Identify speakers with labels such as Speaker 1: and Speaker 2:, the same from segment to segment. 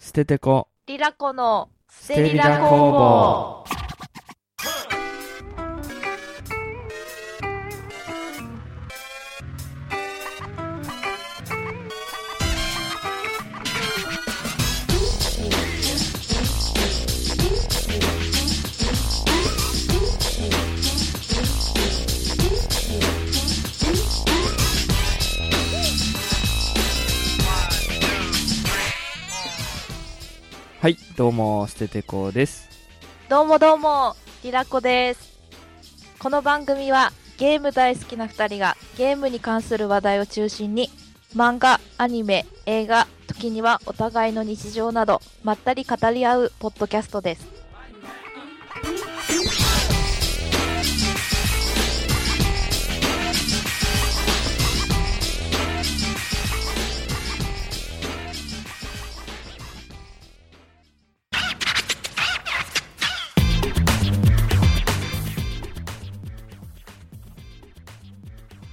Speaker 1: 捨ててこ
Speaker 2: リラコの
Speaker 1: 捨てリラ工房はいどうも捨ててこです
Speaker 2: どうもどうもリラコですこの番組はゲーム大好きな2人がゲームに関する話題を中心に漫画アニメ映画時にはお互いの日常などまったり語り合うポッドキャストです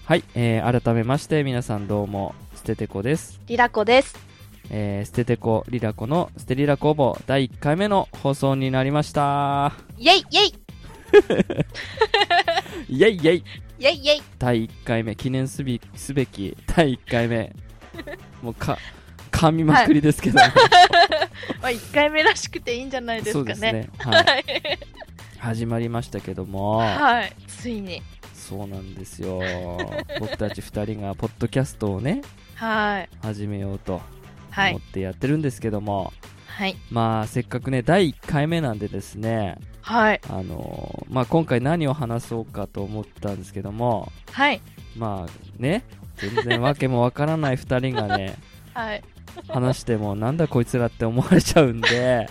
Speaker 1: はい、えー、改めまして皆さんどうも捨ててこです、
Speaker 2: リラコです
Speaker 1: えー、捨ててこリラコの捨てリラ工房第1回目の放送になりました
Speaker 2: イェイイェイ
Speaker 1: イェイイェイ
Speaker 2: イェイイェイ
Speaker 1: 第1回目記念すべすべき第1回 目もうか噛みまくりですけど、
Speaker 2: まあ1回目らしくていいんじゃないです
Speaker 1: そう
Speaker 2: か
Speaker 1: です
Speaker 2: ね
Speaker 1: ね、はい、始まりましたけども
Speaker 2: はい、はい、ついに
Speaker 1: そうなんですよ僕たち2人がポッドキャストをね
Speaker 2: はい
Speaker 1: 始めようと
Speaker 2: は
Speaker 1: 思
Speaker 2: い
Speaker 1: ってやってるんですけども、
Speaker 2: はい
Speaker 1: まあせっかくね第1回目なんでですね
Speaker 2: はい
Speaker 1: あのーまあ今回何を話そうかと思ったんですけども
Speaker 2: はい
Speaker 1: まあね全然わけもわからない2人が ね
Speaker 2: はい
Speaker 1: 話してもなんだこいつらって思われちゃうん で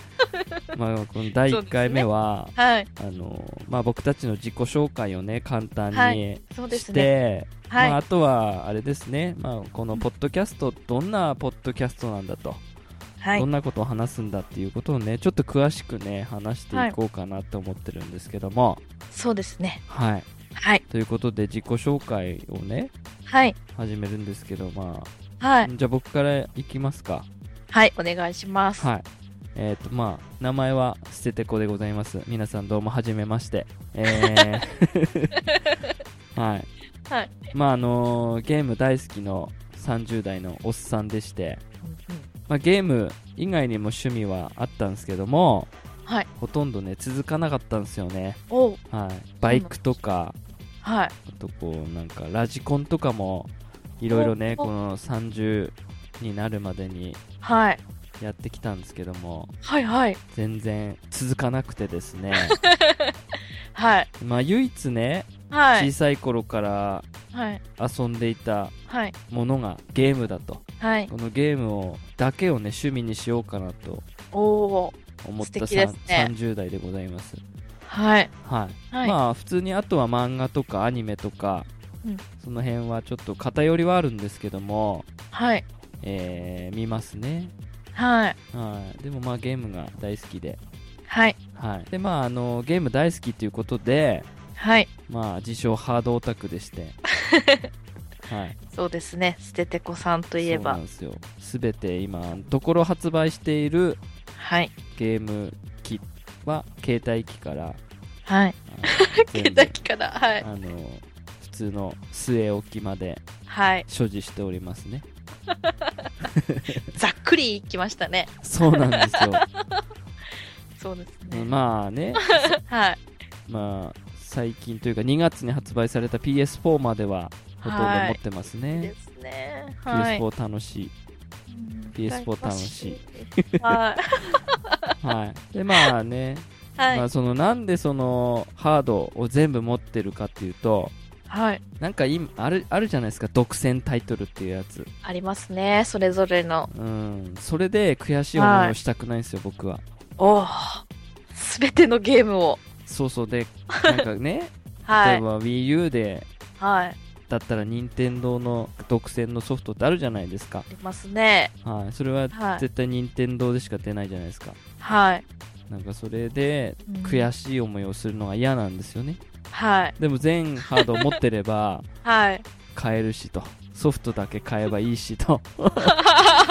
Speaker 1: まあこの第1回目は、
Speaker 2: はい
Speaker 1: あのーまあ、僕たちの自己紹介をね簡単
Speaker 2: は
Speaker 1: に
Speaker 2: そうで
Speaker 1: し
Speaker 2: す
Speaker 1: て、
Speaker 2: ねはい、
Speaker 1: まあ、あとはあれですね、まあ、このポッドキャストどんなポッドキャストなんだと、
Speaker 2: はい
Speaker 1: どんなことを話すんだっていうことをねちょっと詳しくね話していこうかなと思ってるんですけども、
Speaker 2: そうですね。
Speaker 1: はい
Speaker 2: はい。
Speaker 1: ということで自己紹介をね
Speaker 2: はい。
Speaker 1: 始めるんですけど、まあ
Speaker 2: はい。
Speaker 1: じゃあ僕からいきますか
Speaker 2: はい。お願いします。
Speaker 1: はいえっ、とまあ名前は捨ててこでございます皆さんどうもはじめましてえー はい、
Speaker 2: はい
Speaker 1: まああのーゲーム大好きの30代のおっさんでしてまあ、ゲーム以外にも趣味はあったんですけども、
Speaker 2: はい
Speaker 1: ほとんどね続かなかったんですよね、
Speaker 2: おう
Speaker 1: はい、バイクとか
Speaker 2: はい。
Speaker 1: あとこうなんかラジコンとかもいろいろね
Speaker 2: お
Speaker 1: この30になるまでに
Speaker 2: はい。
Speaker 1: やってきたんですけども
Speaker 2: はい。はい。
Speaker 1: 全然続かなくてです ね
Speaker 2: はい。
Speaker 1: まあ唯一ね
Speaker 2: は
Speaker 1: 小
Speaker 2: い。
Speaker 1: さい頃から
Speaker 2: はい。
Speaker 1: 遊んでいた
Speaker 2: はい。
Speaker 1: ものがゲームだと
Speaker 2: はい。
Speaker 1: このゲームをだけをね趣味にしようかなと
Speaker 2: おおう。
Speaker 1: 思った、
Speaker 2: 素敵ですね
Speaker 1: 30代でございます
Speaker 2: はい。
Speaker 1: はい
Speaker 2: はい。
Speaker 1: まあ普通にあとは漫画とかアニメとか、
Speaker 2: うん
Speaker 1: その辺はちょっと偏りはあるんですけども、
Speaker 2: はい。
Speaker 1: えー見ますね、
Speaker 2: はい。
Speaker 1: はい、でもまあゲームが大好きで,、
Speaker 2: はい。
Speaker 1: はいでまあ、あのゲーム大好きということで、
Speaker 2: はい。
Speaker 1: まあ、自称ハードオタクで して、はい、
Speaker 2: そうですね。捨ててこさんといえ
Speaker 1: そう
Speaker 2: ば
Speaker 1: な。んですよ全て今のところ発売している
Speaker 2: はい。
Speaker 1: ゲーム機は携帯機から
Speaker 2: はい。
Speaker 1: 携
Speaker 2: 携帯機から。はい。
Speaker 1: あの普通の据え置きまで
Speaker 2: はい。
Speaker 1: 所持しておりますね
Speaker 2: ざっくりいきましたね。
Speaker 1: そうなんですよ
Speaker 2: そうです
Speaker 1: う
Speaker 2: ね。
Speaker 1: んまあね、
Speaker 2: はい。
Speaker 1: まあ、最近というか2月に発売された PS4 まではほとんど
Speaker 2: は
Speaker 1: 持
Speaker 2: い
Speaker 1: ってます
Speaker 2: いい
Speaker 1: ね
Speaker 2: で。すね。はい。
Speaker 1: PS4 楽しい。PS4 楽しい
Speaker 2: い。は
Speaker 1: はい。で、まあね、
Speaker 2: い。 は
Speaker 1: ま
Speaker 2: い
Speaker 1: あ。そのなんでそのハードを全部持ってるかっていうと、
Speaker 2: はい。
Speaker 1: なんか今あるあるじゃないですか独占タイトルっていうやつ、
Speaker 2: ありますね。それぞれの。
Speaker 1: うん、それで悔しい思いをしたくないんですよ、僕は
Speaker 2: おお。すべてのゲームを。
Speaker 1: そうそうでなんかね、
Speaker 2: は
Speaker 1: 例え
Speaker 2: い。
Speaker 1: ば WiiU で
Speaker 2: はい。あ
Speaker 1: だったら任天堂の独占のソフトってあるじゃないですか、
Speaker 2: りますね。
Speaker 1: はい、それは
Speaker 2: はい。
Speaker 1: 絶対任天堂でしか出ないじゃないですか
Speaker 2: はい。
Speaker 1: なんかそれで
Speaker 2: し
Speaker 1: 悔しい思いをするのが嫌なんですよね
Speaker 2: はい。
Speaker 1: でも全ハードを持ってれば
Speaker 2: はい。
Speaker 1: 買えるしとソフトだけ買えばいいしとそ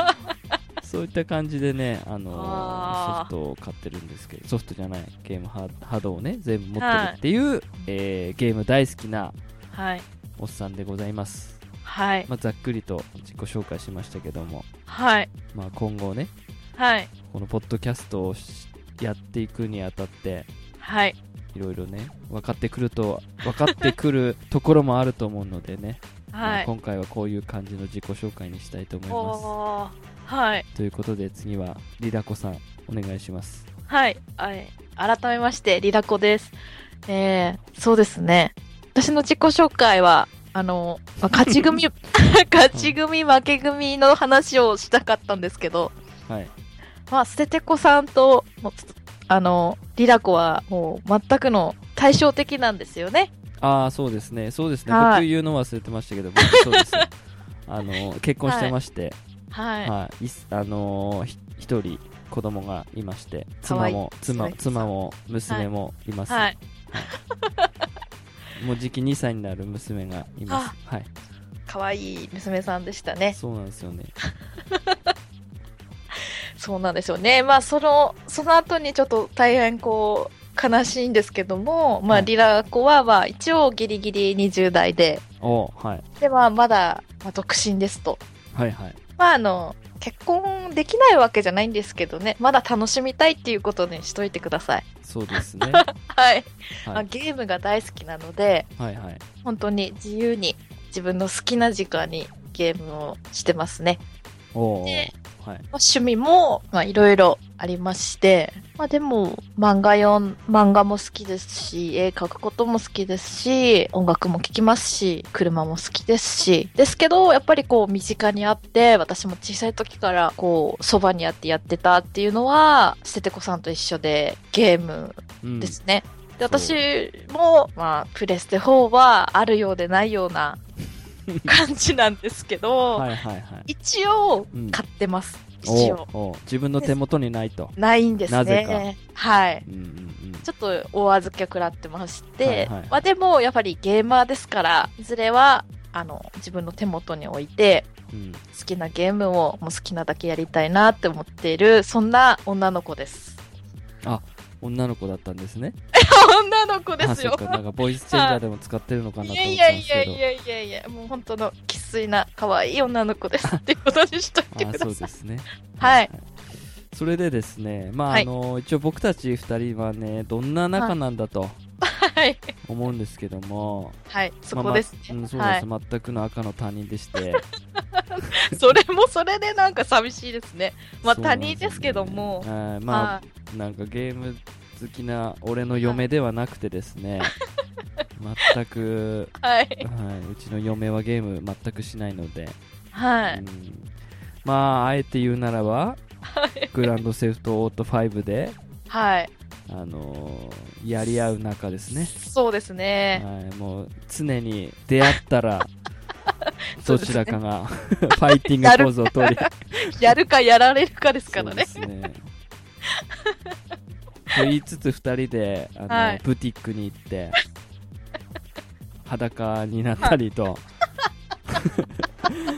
Speaker 1: そういった感じでね、あのソ
Speaker 2: あー
Speaker 1: フトを買ってるんですけどソフトじゃないゲームハハードをね全部持ってるっていう、えーゲーム大好きな
Speaker 2: はい
Speaker 1: おっさんでございます、
Speaker 2: はい
Speaker 1: まあ、ざっくりと自己紹介しましたけども、
Speaker 2: はい
Speaker 1: まあ、今後ね
Speaker 2: はい
Speaker 1: このポッドキャストをしやっていくにあたって
Speaker 2: はい
Speaker 1: いろいろね分かってくると分かってくるところもあると思うのでね、ま
Speaker 2: は
Speaker 1: あ
Speaker 2: い
Speaker 1: 今回はこういう感じの自己紹介にしたいと思いま
Speaker 2: おーはい
Speaker 1: すということで次はリラコさんお願いします
Speaker 2: はいはい改めましてリラコですえー、そうですね私の自己紹介はあの、まあ勝 ち組勝ち組負け組の話をしたかったんですけど
Speaker 1: はい
Speaker 2: まあ、ステテコさんと、もうつあの、リラコはもう全くの対照的なんですよね。
Speaker 1: ああそうですねそうですね
Speaker 2: はい
Speaker 1: 僕言うの忘れてましたけど僕そうです あの結婚してまして、
Speaker 2: はい。
Speaker 1: はいいっすあのーひ一人子供がいまして
Speaker 2: かわ
Speaker 1: 妻
Speaker 2: いい
Speaker 1: も
Speaker 2: そ
Speaker 1: 妻
Speaker 2: れ
Speaker 1: 妻も娘もいます、
Speaker 2: はい。
Speaker 1: もうじき2歳になる娘がいますはい
Speaker 2: 可愛い娘さんでしたね。
Speaker 1: そうなんですよね
Speaker 2: そうなんですよね。まあ、その、その後にちょっと大変こう、悲しいんですけども、ま
Speaker 1: は
Speaker 2: あ、
Speaker 1: い
Speaker 2: リラコは、まあ、一応ギリギリ20代で、
Speaker 1: おーはい
Speaker 2: で、まあ、まだ、まあ、独身ですと。
Speaker 1: はいはい
Speaker 2: まあ、あの、結婚できないわけじゃないんですけどね、まだ楽しみたいっていうことにしといてください。
Speaker 1: そうです ね
Speaker 2: はい。ま
Speaker 1: は
Speaker 2: あ、
Speaker 1: い
Speaker 2: ゲームが大好きなので、
Speaker 1: はいはい
Speaker 2: 本当に自由に自分の好きな時間にゲームをしてますね。
Speaker 1: おお
Speaker 2: で
Speaker 1: はい
Speaker 2: まあ趣味もまあいろいろありまして、まあ、でも漫画読ん漫画も好きですし、絵描くことも好きですし、音楽も聴きますし、車も好きですし、ですけど、やっぱりこう身近にあって、私も小さい時からこうそばにあってやってたっていうのは、ステテコさんと一緒でゲーム
Speaker 1: うん
Speaker 2: ですね。で
Speaker 1: そう
Speaker 2: 私も、まあ、プレステ4はあるようでないよう な感じなんですけど、
Speaker 1: はいはいはい
Speaker 2: 一応
Speaker 1: うん
Speaker 2: 買ってます。一
Speaker 1: お
Speaker 2: 応。
Speaker 1: ーおー自分の手元にないと
Speaker 2: ないんですね。
Speaker 1: なぜ
Speaker 2: はい。
Speaker 1: うんうんうん
Speaker 2: ちょっとお預け食らってまして、
Speaker 1: はいはい
Speaker 2: まあでもやっぱりゲーマーですから、いずれはあの自分の手元に置いて、
Speaker 1: うん
Speaker 2: 好きなゲームをもう好きなだけやりたいなって思っている、そんな女の 子です。
Speaker 1: 女の子だったんですね
Speaker 2: 女の子ですよ
Speaker 1: あそ。っかなんかボイスチェンジャーでも使ってるのかなと
Speaker 2: い
Speaker 1: 思
Speaker 2: や
Speaker 1: っ
Speaker 2: い
Speaker 1: た
Speaker 2: や
Speaker 1: んですけど
Speaker 2: いやいやいやいや、もう本当の生粋な可愛い女の 子ですっていうことにしといて
Speaker 1: あ
Speaker 2: く
Speaker 1: ーそ
Speaker 2: だ
Speaker 1: う
Speaker 2: さ
Speaker 1: で
Speaker 2: い。
Speaker 1: すね
Speaker 2: はい
Speaker 1: それでですねまあ、
Speaker 2: はい
Speaker 1: あの一応僕たち2人はねどんな仲なんだと
Speaker 2: はい、
Speaker 1: 思うんですけども、
Speaker 2: はい、そ
Speaker 1: まあ
Speaker 2: こです
Speaker 1: まあうん
Speaker 2: ね。
Speaker 1: そう
Speaker 2: は
Speaker 1: で
Speaker 2: い
Speaker 1: す、全くの赤の他人でして
Speaker 2: それもそれでなんか寂しいですね。 まあ
Speaker 1: そうな
Speaker 2: 他
Speaker 1: ん
Speaker 2: 人
Speaker 1: よね
Speaker 2: ですけども
Speaker 1: あ、ーま
Speaker 2: は
Speaker 1: あなんかゲーム好きな俺の嫁ではなくてですね全く、
Speaker 2: い、は
Speaker 1: は
Speaker 2: い、
Speaker 1: い、うちの嫁はゲーム全くしないので、
Speaker 2: は
Speaker 1: う
Speaker 2: い、
Speaker 1: んまああえて言うならばグランドセフトオート5で
Speaker 2: はい、
Speaker 1: あのーやり合う仲ですね、
Speaker 2: そうですね。
Speaker 1: はい、もう常に出会った らどちらかがファイティングポーズを取り
Speaker 2: やるかやられるかですか
Speaker 1: そう
Speaker 2: ら
Speaker 1: で
Speaker 2: ね。
Speaker 1: すねと言いつつ2人であの、
Speaker 2: はい
Speaker 1: ブティックに行って裸になったりと、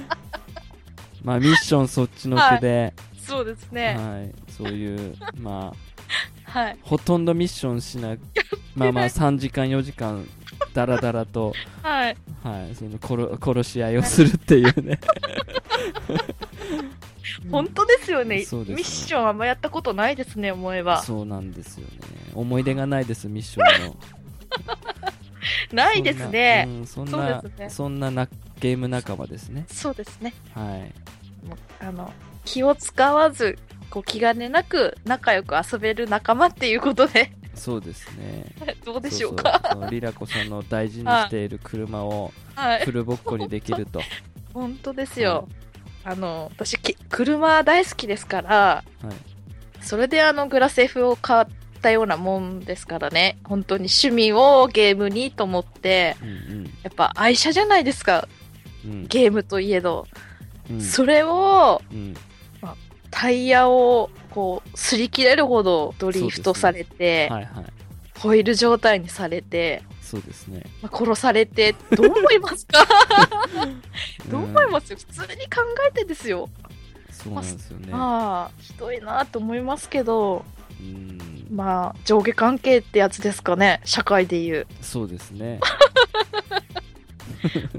Speaker 1: まあミッションそっちのけで、
Speaker 2: そうです
Speaker 1: はい
Speaker 2: ね。
Speaker 1: そういうまあ
Speaker 2: はい、
Speaker 1: ほとんどミッションしなまあまあ3時間4時間ダラダラと、
Speaker 2: はい、
Speaker 1: はい、その殺殺し合いをするっていう ね
Speaker 2: 本当ですよね。ミ
Speaker 1: そうです
Speaker 2: ッションあんまやったことないですね、思えば。
Speaker 1: そうなんですよね思い出がないですミッションの
Speaker 2: ないですね。
Speaker 1: そんな,、うんそんな
Speaker 2: そうですね
Speaker 1: そんななゲーム仲間ですね
Speaker 2: そうですね。
Speaker 1: はい
Speaker 2: もうあの気を使わずこう気兼ねなく仲良く遊べる仲間っていうことで
Speaker 1: そうですね
Speaker 2: どうでしょうか
Speaker 1: そうそうそうリラコさんの大事にしている車を
Speaker 2: はい
Speaker 1: フルボッコにできると、
Speaker 2: 本当ですよ、あの私き車大好きですから
Speaker 1: はい、
Speaker 2: それであのグラセフを買ったようなもんですからね本当に趣味をゲームにと思って
Speaker 1: うん
Speaker 2: やっぱ愛車じゃないですか
Speaker 1: うんうん
Speaker 2: ゲームといえど、
Speaker 1: うん
Speaker 2: それを
Speaker 1: うん
Speaker 2: タイヤをこう擦り切れるほどドリフトされて、
Speaker 1: はいはい
Speaker 2: ホイール状態にされて
Speaker 1: そうですね
Speaker 2: まあ殺されて、 どう思いますかどう思い
Speaker 1: す
Speaker 2: ますよ普通に考えてですよ。
Speaker 1: そうなんですよね。
Speaker 2: まあひどいなと思いますけど
Speaker 1: うん、
Speaker 2: まあ上下関係ってやつですかね社会 でいう
Speaker 1: そうですね。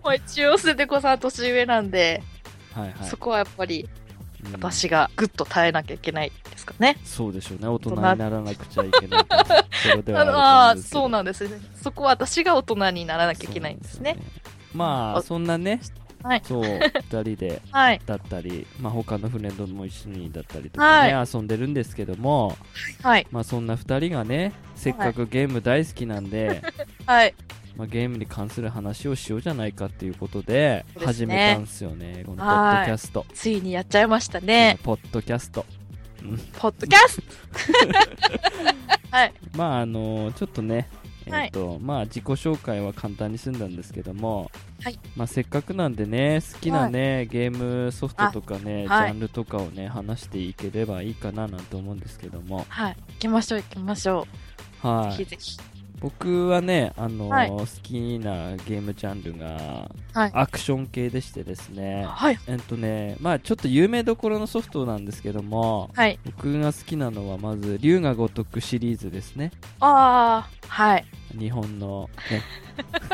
Speaker 2: まあ一応ステコさん年上なんで、
Speaker 1: はいはい
Speaker 2: そ。こはやっぱり
Speaker 1: うん
Speaker 2: 私がぐっと耐えなきゃいけないですかね、
Speaker 1: そうでしょうね。大人
Speaker 2: 人
Speaker 1: にならなくちゃいけないところでは
Speaker 2: あの
Speaker 1: あ
Speaker 2: あ
Speaker 1: る
Speaker 2: ー
Speaker 1: と思
Speaker 2: そ
Speaker 1: うんですけど
Speaker 2: うなんですねそこは私が大人にならなきゃいけないんですね
Speaker 1: そうなんですよねまあ
Speaker 2: あ
Speaker 1: そんなね、
Speaker 2: はい
Speaker 1: そう2人で
Speaker 2: はい
Speaker 1: だったり、まあ、他のフレンドも一緒にだったりとかね、遊んでるんですけども、
Speaker 2: はい
Speaker 1: まあ、そんな2人がねせっかくゲーム大好きなんで、
Speaker 2: はい
Speaker 1: まあ、ゲームに関する話をしようじゃないかっていうことで
Speaker 2: そうです
Speaker 1: 始
Speaker 2: ね
Speaker 1: めたんですよねこのポ
Speaker 2: はい
Speaker 1: ッドキャスト、
Speaker 2: ついにやっちゃいましたね
Speaker 1: このポッドキャスト
Speaker 2: ポッドキャスト はい
Speaker 1: まああのちょっとねえ
Speaker 2: はい
Speaker 1: ーとまあ、自己紹介は簡単に済んだんですけども、
Speaker 2: はい
Speaker 1: まあ、せっかくなんでね好きな、ねゲームソフトとかね、
Speaker 2: あはい
Speaker 1: ジャンルとかをね話していければいいかななんて思うんですけども、
Speaker 2: はい行きましょう行きましょう、
Speaker 1: は
Speaker 2: ぜひ
Speaker 1: い、
Speaker 2: ぜひ
Speaker 1: 僕はね、あの
Speaker 2: はい
Speaker 1: 好きなゲームジャンルが
Speaker 2: はい
Speaker 1: アクション系でしてですね、
Speaker 2: はい
Speaker 1: えっとねまあ、ちょっと有名どころのソフトなんですけども
Speaker 2: はい
Speaker 1: 僕が好きなのはまず龍が如くシリーズですね
Speaker 2: ああはい
Speaker 1: 日本の、ね、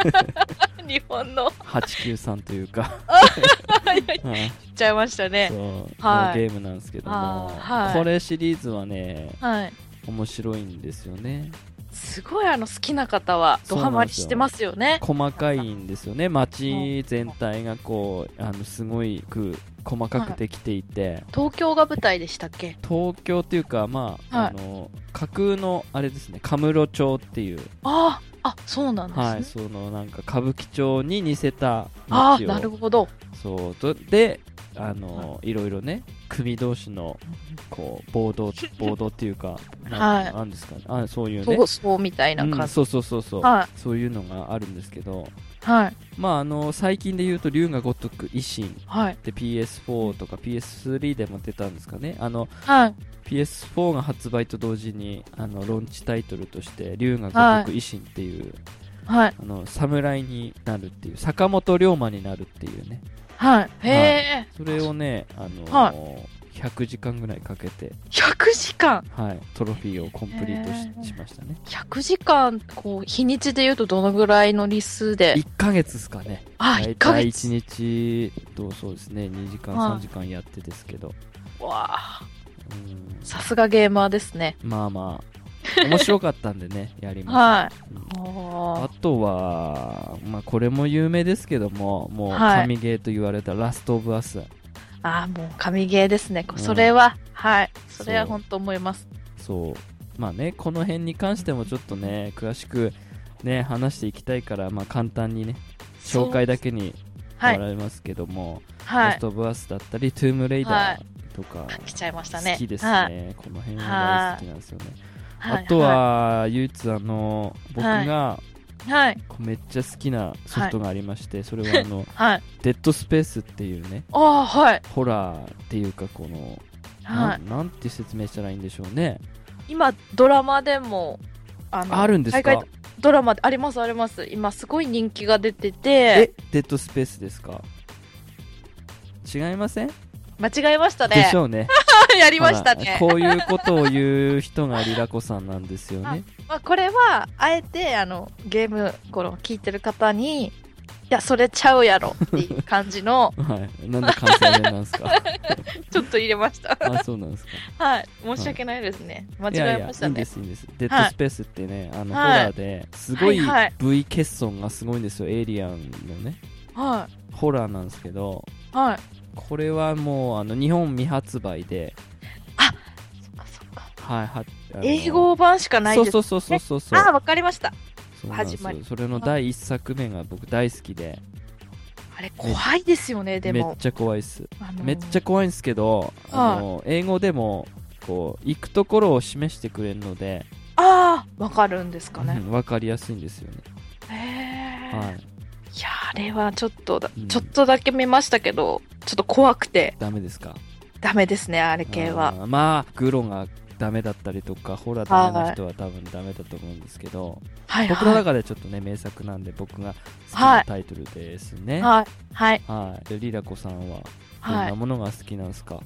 Speaker 2: 日本の
Speaker 1: 893というか、
Speaker 2: はいはい
Speaker 1: うん
Speaker 2: 行っちゃいましたね
Speaker 1: そう
Speaker 2: はい
Speaker 1: のゲームなんですけども、
Speaker 2: あーはい
Speaker 1: これシリーズはね
Speaker 2: はい
Speaker 1: 面白いんですよね
Speaker 2: すごいあの好きな方はドハマりしてますよね。
Speaker 1: 細かいんですよね街全体がこうあのすごいく細かくできていて、
Speaker 2: 東京が舞台でしたっけ
Speaker 1: 東京っていうかまあ,、
Speaker 2: はい
Speaker 1: あの架空のあれですねカムロ町っていう、
Speaker 2: ああ、あ、そうなんですね。
Speaker 1: はいそのなんか歌舞伎町に似せた
Speaker 2: ああ、
Speaker 1: 街
Speaker 2: なる
Speaker 1: を
Speaker 2: ほど。
Speaker 1: そうとであの、い、ろいろね組同士のこう暴動暴動っていうかなん,、
Speaker 2: はい
Speaker 1: なんですかねあそういうね
Speaker 2: そう、そうみたいな
Speaker 1: うん、
Speaker 2: 感じ。
Speaker 1: そうそうそうそう、
Speaker 2: は
Speaker 1: そういうのがあるんですけど
Speaker 2: い、はい、
Speaker 1: まああの最近で言うと龍が如く維新っ
Speaker 2: はい、
Speaker 1: て PS4 とか PS3 でも出たんですかねあの
Speaker 2: はい。
Speaker 1: PS4 が発売と同時にあのローンチタイトルとして龍が如く維新っていう、
Speaker 2: はい、
Speaker 1: あの侍になるっていう坂本龍馬になるっていうね
Speaker 2: はい。へえ、
Speaker 1: それをねあの、
Speaker 2: は
Speaker 1: 100時間ぐらいかけて、
Speaker 2: 100時間
Speaker 1: はい、トロフィーをコンプリートし,、
Speaker 2: へー
Speaker 1: しましたね
Speaker 2: !100 時間、こう、日にちで言うとどのぐらいの日数で。
Speaker 1: 1ヶ月ですかね
Speaker 2: あ、
Speaker 1: 大
Speaker 2: 1ヶ
Speaker 1: 体
Speaker 2: 月。
Speaker 1: 1日とそうですね2時間
Speaker 2: はい
Speaker 1: 3時間やってですけど、
Speaker 2: わあ、
Speaker 1: うん
Speaker 2: さすがゲーマーですね。
Speaker 1: まあまあ面白かったんでねやりま
Speaker 2: はい
Speaker 1: した、うん。
Speaker 2: お
Speaker 1: あ
Speaker 2: ー
Speaker 1: とは、まあ、これも有名ですけどももう
Speaker 2: はい
Speaker 1: 神ゲーと言われた「ラスト・オブ・アス」
Speaker 2: ああ、もう神ゲーですね。こ
Speaker 1: うん
Speaker 2: それは、はい。それは
Speaker 1: そう
Speaker 2: 本当思います。
Speaker 1: そうまあねこの辺に関してもちょっとね詳しくね話していきたいから、まあ、簡単にね紹介だけに
Speaker 2: は
Speaker 1: 終
Speaker 2: い、
Speaker 1: わりますけども「
Speaker 2: は
Speaker 1: ラ
Speaker 2: い
Speaker 1: ス。ト・オブ・アス」だったり「トゥーム・レイダー」とか、
Speaker 2: 来ちゃいましたね。
Speaker 1: 好きです
Speaker 2: はい
Speaker 1: ねこの辺は大好きなんですよね
Speaker 2: は
Speaker 1: あ
Speaker 2: い
Speaker 1: とは唯一あの僕が
Speaker 2: い、はい、
Speaker 1: こうめっちゃ好きなソフトがありましてそれはあの
Speaker 2: はい。
Speaker 1: デッドスペースっていうね
Speaker 2: ああ、はい、
Speaker 1: ホラーっていうかこのな
Speaker 2: は。
Speaker 1: いなんて説明したらいいんでしょうね
Speaker 2: 今、ドラマでも、あ
Speaker 1: あるんです
Speaker 2: 海
Speaker 1: か
Speaker 2: 外ドラマであります、あります。今、すごい人気が出て
Speaker 1: え
Speaker 2: て、
Speaker 1: デッドスペースですか違いません
Speaker 2: 間違えました
Speaker 1: で
Speaker 2: ね
Speaker 1: し。ょうね
Speaker 2: やりましたね。
Speaker 1: ほらこういうことを言う人がリラコさんなんですよね、
Speaker 2: まあ、これは、あえて、あの、ゲーム、この、聞いてる方に、いや、それちゃうやろって いう感じの
Speaker 1: はいなんで関西弁なんです か
Speaker 2: ちょっと入れました。
Speaker 1: あそうなんですか
Speaker 2: はい。申し訳ないですね。間
Speaker 1: いや
Speaker 2: 違えました
Speaker 1: いやいいんで
Speaker 2: ね。
Speaker 1: すいいんですデッドスペースってね、あのホ
Speaker 2: はい
Speaker 1: ラーですごい
Speaker 2: はいはい
Speaker 1: V 欠損がすごいんですよエイリアンのね
Speaker 2: は
Speaker 1: ホラーなんですけど
Speaker 2: い。はい。
Speaker 1: これはもうあの日本未発売で、
Speaker 2: そっかそっか。
Speaker 1: はい、はあの
Speaker 2: 英語版しかないです。
Speaker 1: そうそうそうそうそう
Speaker 2: ああ、わかりました。
Speaker 1: そうなんです
Speaker 2: 始ま
Speaker 1: よ
Speaker 2: り
Speaker 1: それの第一作目が僕大好きで
Speaker 2: あれ怖いですよね、で
Speaker 1: めっ
Speaker 2: も。
Speaker 1: ちゃ怖いっす
Speaker 2: あのー
Speaker 1: めっちゃ怖いんですけど、あの英語でもこう行くところを示してくれるので
Speaker 2: ああ、わかるんですか
Speaker 1: う
Speaker 2: ね。
Speaker 1: んわかりやすいんですよね、
Speaker 2: へえ、。
Speaker 1: はいい、
Speaker 2: や、あれはちょっとだ、
Speaker 1: うん
Speaker 2: ちょっとだけ見ましたけど、ちょっと怖くて
Speaker 1: ダメですか
Speaker 2: ダメですね、あれ系は。
Speaker 1: あーまあグロがダメだったりとかホラーダメな人は多分ダメだと思うんですけど、
Speaker 2: はい、
Speaker 1: 僕の
Speaker 2: は
Speaker 1: 中でちょっとね名作なんで僕が好きなタイトルです
Speaker 2: い。
Speaker 1: ねはい、
Speaker 2: はい。はい。
Speaker 1: でリラコさんはどん
Speaker 2: は。
Speaker 1: ないものが好きなんですか、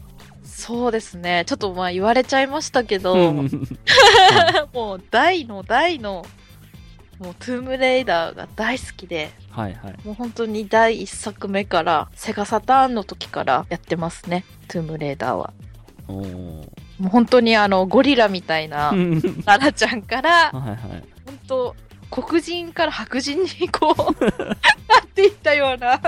Speaker 2: そうですね。ちょっとまあ言われちゃいましたけど、
Speaker 1: うん
Speaker 2: もう大の大の、もうトゥームレイダーが大好きで、
Speaker 1: はいはい。
Speaker 2: もう本当に第一作目から、セガサターンの時からやってますね、トゥームレイダーは。
Speaker 1: おー
Speaker 2: もう本当にあの、ゴリラみたいな
Speaker 1: う、ん
Speaker 2: ララちゃんか
Speaker 1: は
Speaker 2: ら、
Speaker 1: いはい。
Speaker 2: 本当黒人から白人にこうなっていったような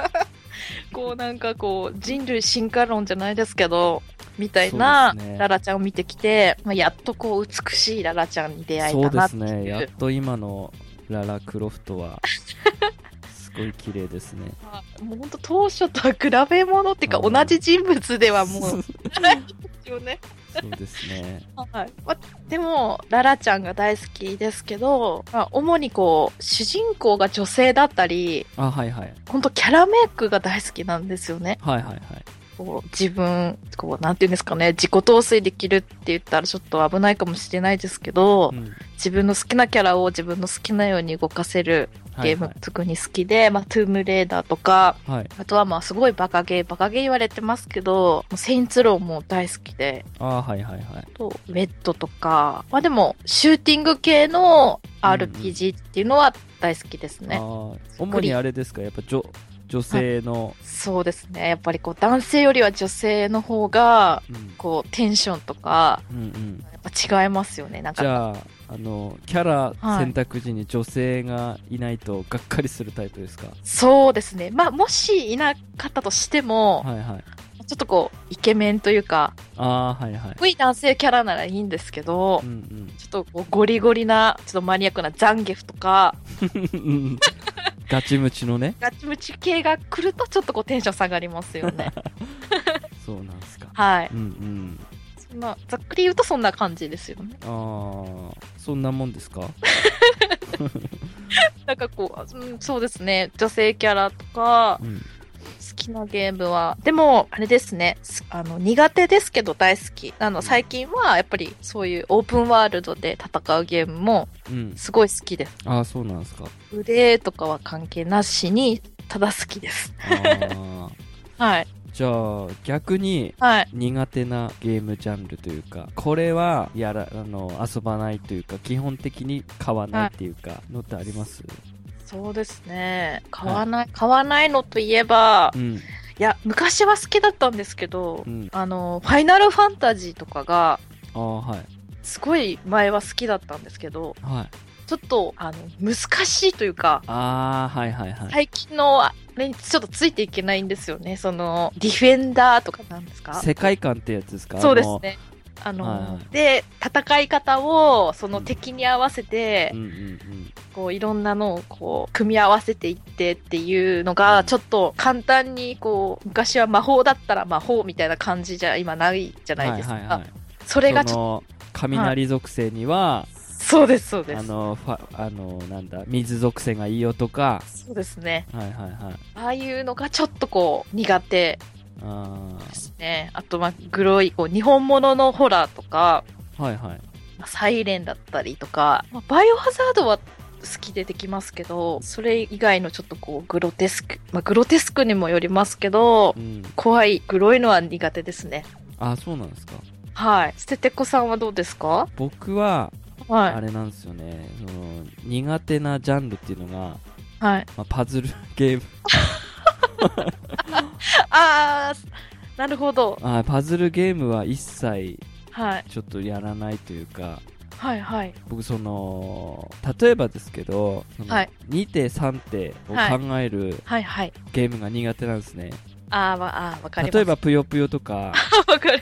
Speaker 2: こうなんかこう人類進化論じゃないですけどみたいな
Speaker 1: そうですね
Speaker 2: ララちゃんを見てきて、まあ、やっとこう美しいララちゃんに出会え
Speaker 1: そ
Speaker 2: た
Speaker 1: うで
Speaker 2: なっ
Speaker 1: す
Speaker 2: ていう
Speaker 1: ね。やっと今のララ・クロフト は、すごい綺麗ですね。
Speaker 2: まあもう本当当初とは比べ物っていうか
Speaker 1: うん
Speaker 2: 同じ人物で はも
Speaker 1: そうう
Speaker 2: ないですよね、
Speaker 1: ですね。
Speaker 2: はいまあでもララちゃんが大好きですけど、まあ、主にこう主人公が女性だったり
Speaker 1: あ、はいはい。
Speaker 2: 本当キャラメイクが大好きなんですよね
Speaker 1: はいはいはい。
Speaker 2: こう自分こうなんていうんですかね自己統制できるって言ったらちょっと危ないかもしれないですけど、
Speaker 1: うん
Speaker 2: 自分の好きなキャラを自分の好きなように動かせる
Speaker 1: はい
Speaker 2: ゲーム、特に好きで、まあ、トゥームレーダーとか
Speaker 1: はい。はい。
Speaker 2: あとはまあすごいバカゲーバカゲー言われてますけどもうセインツローも大好きで
Speaker 1: あ、はいはいはい。
Speaker 2: あとウェットとか、まあ、でもシューティング系の RPG っていうのは大好きですね、
Speaker 1: あー主にあれですか、やっぱ女女性の、
Speaker 2: そうですねやっぱりこう男性よりは女性の方が
Speaker 1: うん
Speaker 2: こうテンションとか
Speaker 1: うんうん、
Speaker 2: やっぱ違いますよね。なん
Speaker 1: じ
Speaker 2: か、
Speaker 1: ゃああの、キャラ選択時に女性がいないとがっかりするタイプですか、
Speaker 2: そうですね。まあ、もしいなかったとしても、
Speaker 1: はい、はいはい。
Speaker 2: ちょっとこう、イケメンというか、
Speaker 1: あーはいはい
Speaker 2: かっ。こいい男性キャラならいいんですけど
Speaker 1: う、ん
Speaker 2: ちょっとこうゴリゴリな、ちょっとマニアックなザンゲフとか、
Speaker 1: うん、ガチムチのね、
Speaker 2: ガチムチ系が来ると、ちょっとこうテンション下がりますよ ね。
Speaker 1: そうなんですか。
Speaker 2: はい
Speaker 1: うん。うん、
Speaker 2: そんなざっくり言うとそんな感じですよね。
Speaker 1: あーそんなもんですか、
Speaker 2: なんかこう、うん、そうですね。女性キャラとか
Speaker 1: う、ん、
Speaker 2: 好きなゲームは、でも、あれですね、すあの、苦手ですけど大好き。あの、最近は、やっぱりそういうオープンワールドで戦うゲームも、
Speaker 1: うん、
Speaker 2: すごい好きです。
Speaker 1: あーそうなんですか。
Speaker 2: 腕とかは関係なしに、ただ好きです。
Speaker 1: あ ー
Speaker 2: はい。
Speaker 1: じゃあ、逆に
Speaker 2: はい。
Speaker 1: 苦手なゲームジャンルというかこれはやらあの遊ばないというか基本的に買わないっていうかのってあります
Speaker 2: そうですね。買わない、買わないのといえば
Speaker 1: う、ん
Speaker 2: いや、昔は好きだったんですけど
Speaker 1: う、ん
Speaker 2: あの、ファイナルファンタジーとかが、
Speaker 1: ああはい
Speaker 2: すごい前は好きだったんですけど、
Speaker 1: はい
Speaker 2: ちょっと、あの、難しいというか、
Speaker 1: ああはいはいはい、
Speaker 2: 最近のあれにちょっとついていけないんですよね。その、ディフェンダーとかなんですか
Speaker 1: 世界観ってやつですか
Speaker 2: そうですね。あの、
Speaker 1: はいはい
Speaker 2: で、戦い方を、その敵に合わせて、
Speaker 1: あのうんうん
Speaker 2: こう、いろんなのを、こう、組み合わせていってっていうのが、
Speaker 1: うん
Speaker 2: ちょっと簡単に、こう、昔は魔法だったら魔法みたいな感じじゃ今ないじ
Speaker 1: う
Speaker 2: ゃ
Speaker 1: ん
Speaker 2: ないですか。
Speaker 1: はいはいはい
Speaker 2: それがち
Speaker 1: そ
Speaker 2: ょっ
Speaker 1: の雷属性には、
Speaker 2: と、そうです、そうで
Speaker 1: あ
Speaker 2: す。
Speaker 1: のファあのなんだ水属性がいいよとか
Speaker 2: そうですね。
Speaker 1: はいはいはい
Speaker 2: ああいうのがちょっとこう、苦手
Speaker 1: あ
Speaker 2: ですね。あと、まあ、グロい、こう、日本物のホラーとか、
Speaker 1: あはいはい
Speaker 2: まあサイレンだったりとか、まあバイオハザードは好きでできますけど、それ以外のちょっとこう、グロテスク、まあ、グロテスクにもよりますけど
Speaker 1: う、ん
Speaker 2: 怖い、グロいのは苦手ですね。
Speaker 1: あそうなんですか
Speaker 2: はい。ステテコさんはどうですか
Speaker 1: 僕はあ
Speaker 2: は
Speaker 1: れなんですよねその苦手なジャンルっていうのが、
Speaker 2: い。はい。
Speaker 1: まあ、パズル ゲーム
Speaker 2: あー、なるほど。
Speaker 1: あーパズルゲームは一切
Speaker 2: はい。
Speaker 1: ちょっとやらないというか
Speaker 2: はい、はい。
Speaker 1: 僕その例えばですけどその
Speaker 2: はい
Speaker 1: 2手3手を考える
Speaker 2: はい、はい。
Speaker 1: ゲームが苦手なんですね、
Speaker 2: あー、わ、あーわかります。
Speaker 1: 例えば「ぷよぷよ」とか
Speaker 2: わかる。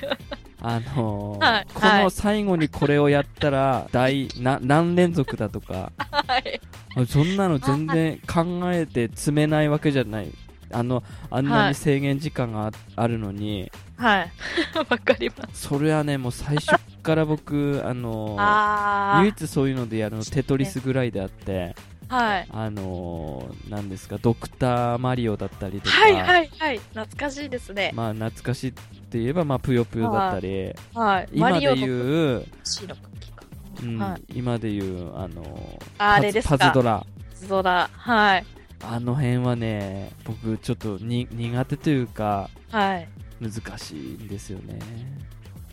Speaker 1: あのー
Speaker 2: はい
Speaker 1: こ
Speaker 2: は
Speaker 1: の
Speaker 2: い
Speaker 1: 最後にこれをやったら大な何連続だと か
Speaker 2: はい。
Speaker 1: そんなの全然考えて詰めないわけじゃない。あの、あんな
Speaker 2: は
Speaker 1: に
Speaker 2: い
Speaker 1: 制限時間がああるのに、
Speaker 2: はい。 わかります。
Speaker 1: それはね、もう最初っから僕、あの、
Speaker 2: あ
Speaker 1: 唯
Speaker 2: ー。
Speaker 1: 一そういうのでやるのテトリスぐらいであって、
Speaker 2: はい。
Speaker 1: あの、なんですか、ドクターマリオだったりとか、
Speaker 2: はい、はい、はい。懐かしいですね。
Speaker 1: まあ懐かしいって言えば、まあ、ぷよぷよだったり、
Speaker 2: はい。
Speaker 1: 今で
Speaker 2: う。
Speaker 1: 言う、
Speaker 2: C のクッキーか。
Speaker 1: うん
Speaker 2: は
Speaker 1: 今で言う、あの、
Speaker 2: あ
Speaker 1: パ
Speaker 2: れ
Speaker 1: ズ
Speaker 2: で
Speaker 1: パ
Speaker 2: すか
Speaker 1: ズドラ。
Speaker 2: ゾラ。はい。
Speaker 1: あの辺はね、僕ちょっとに苦手というか、
Speaker 2: はい。
Speaker 1: 難しいんですよね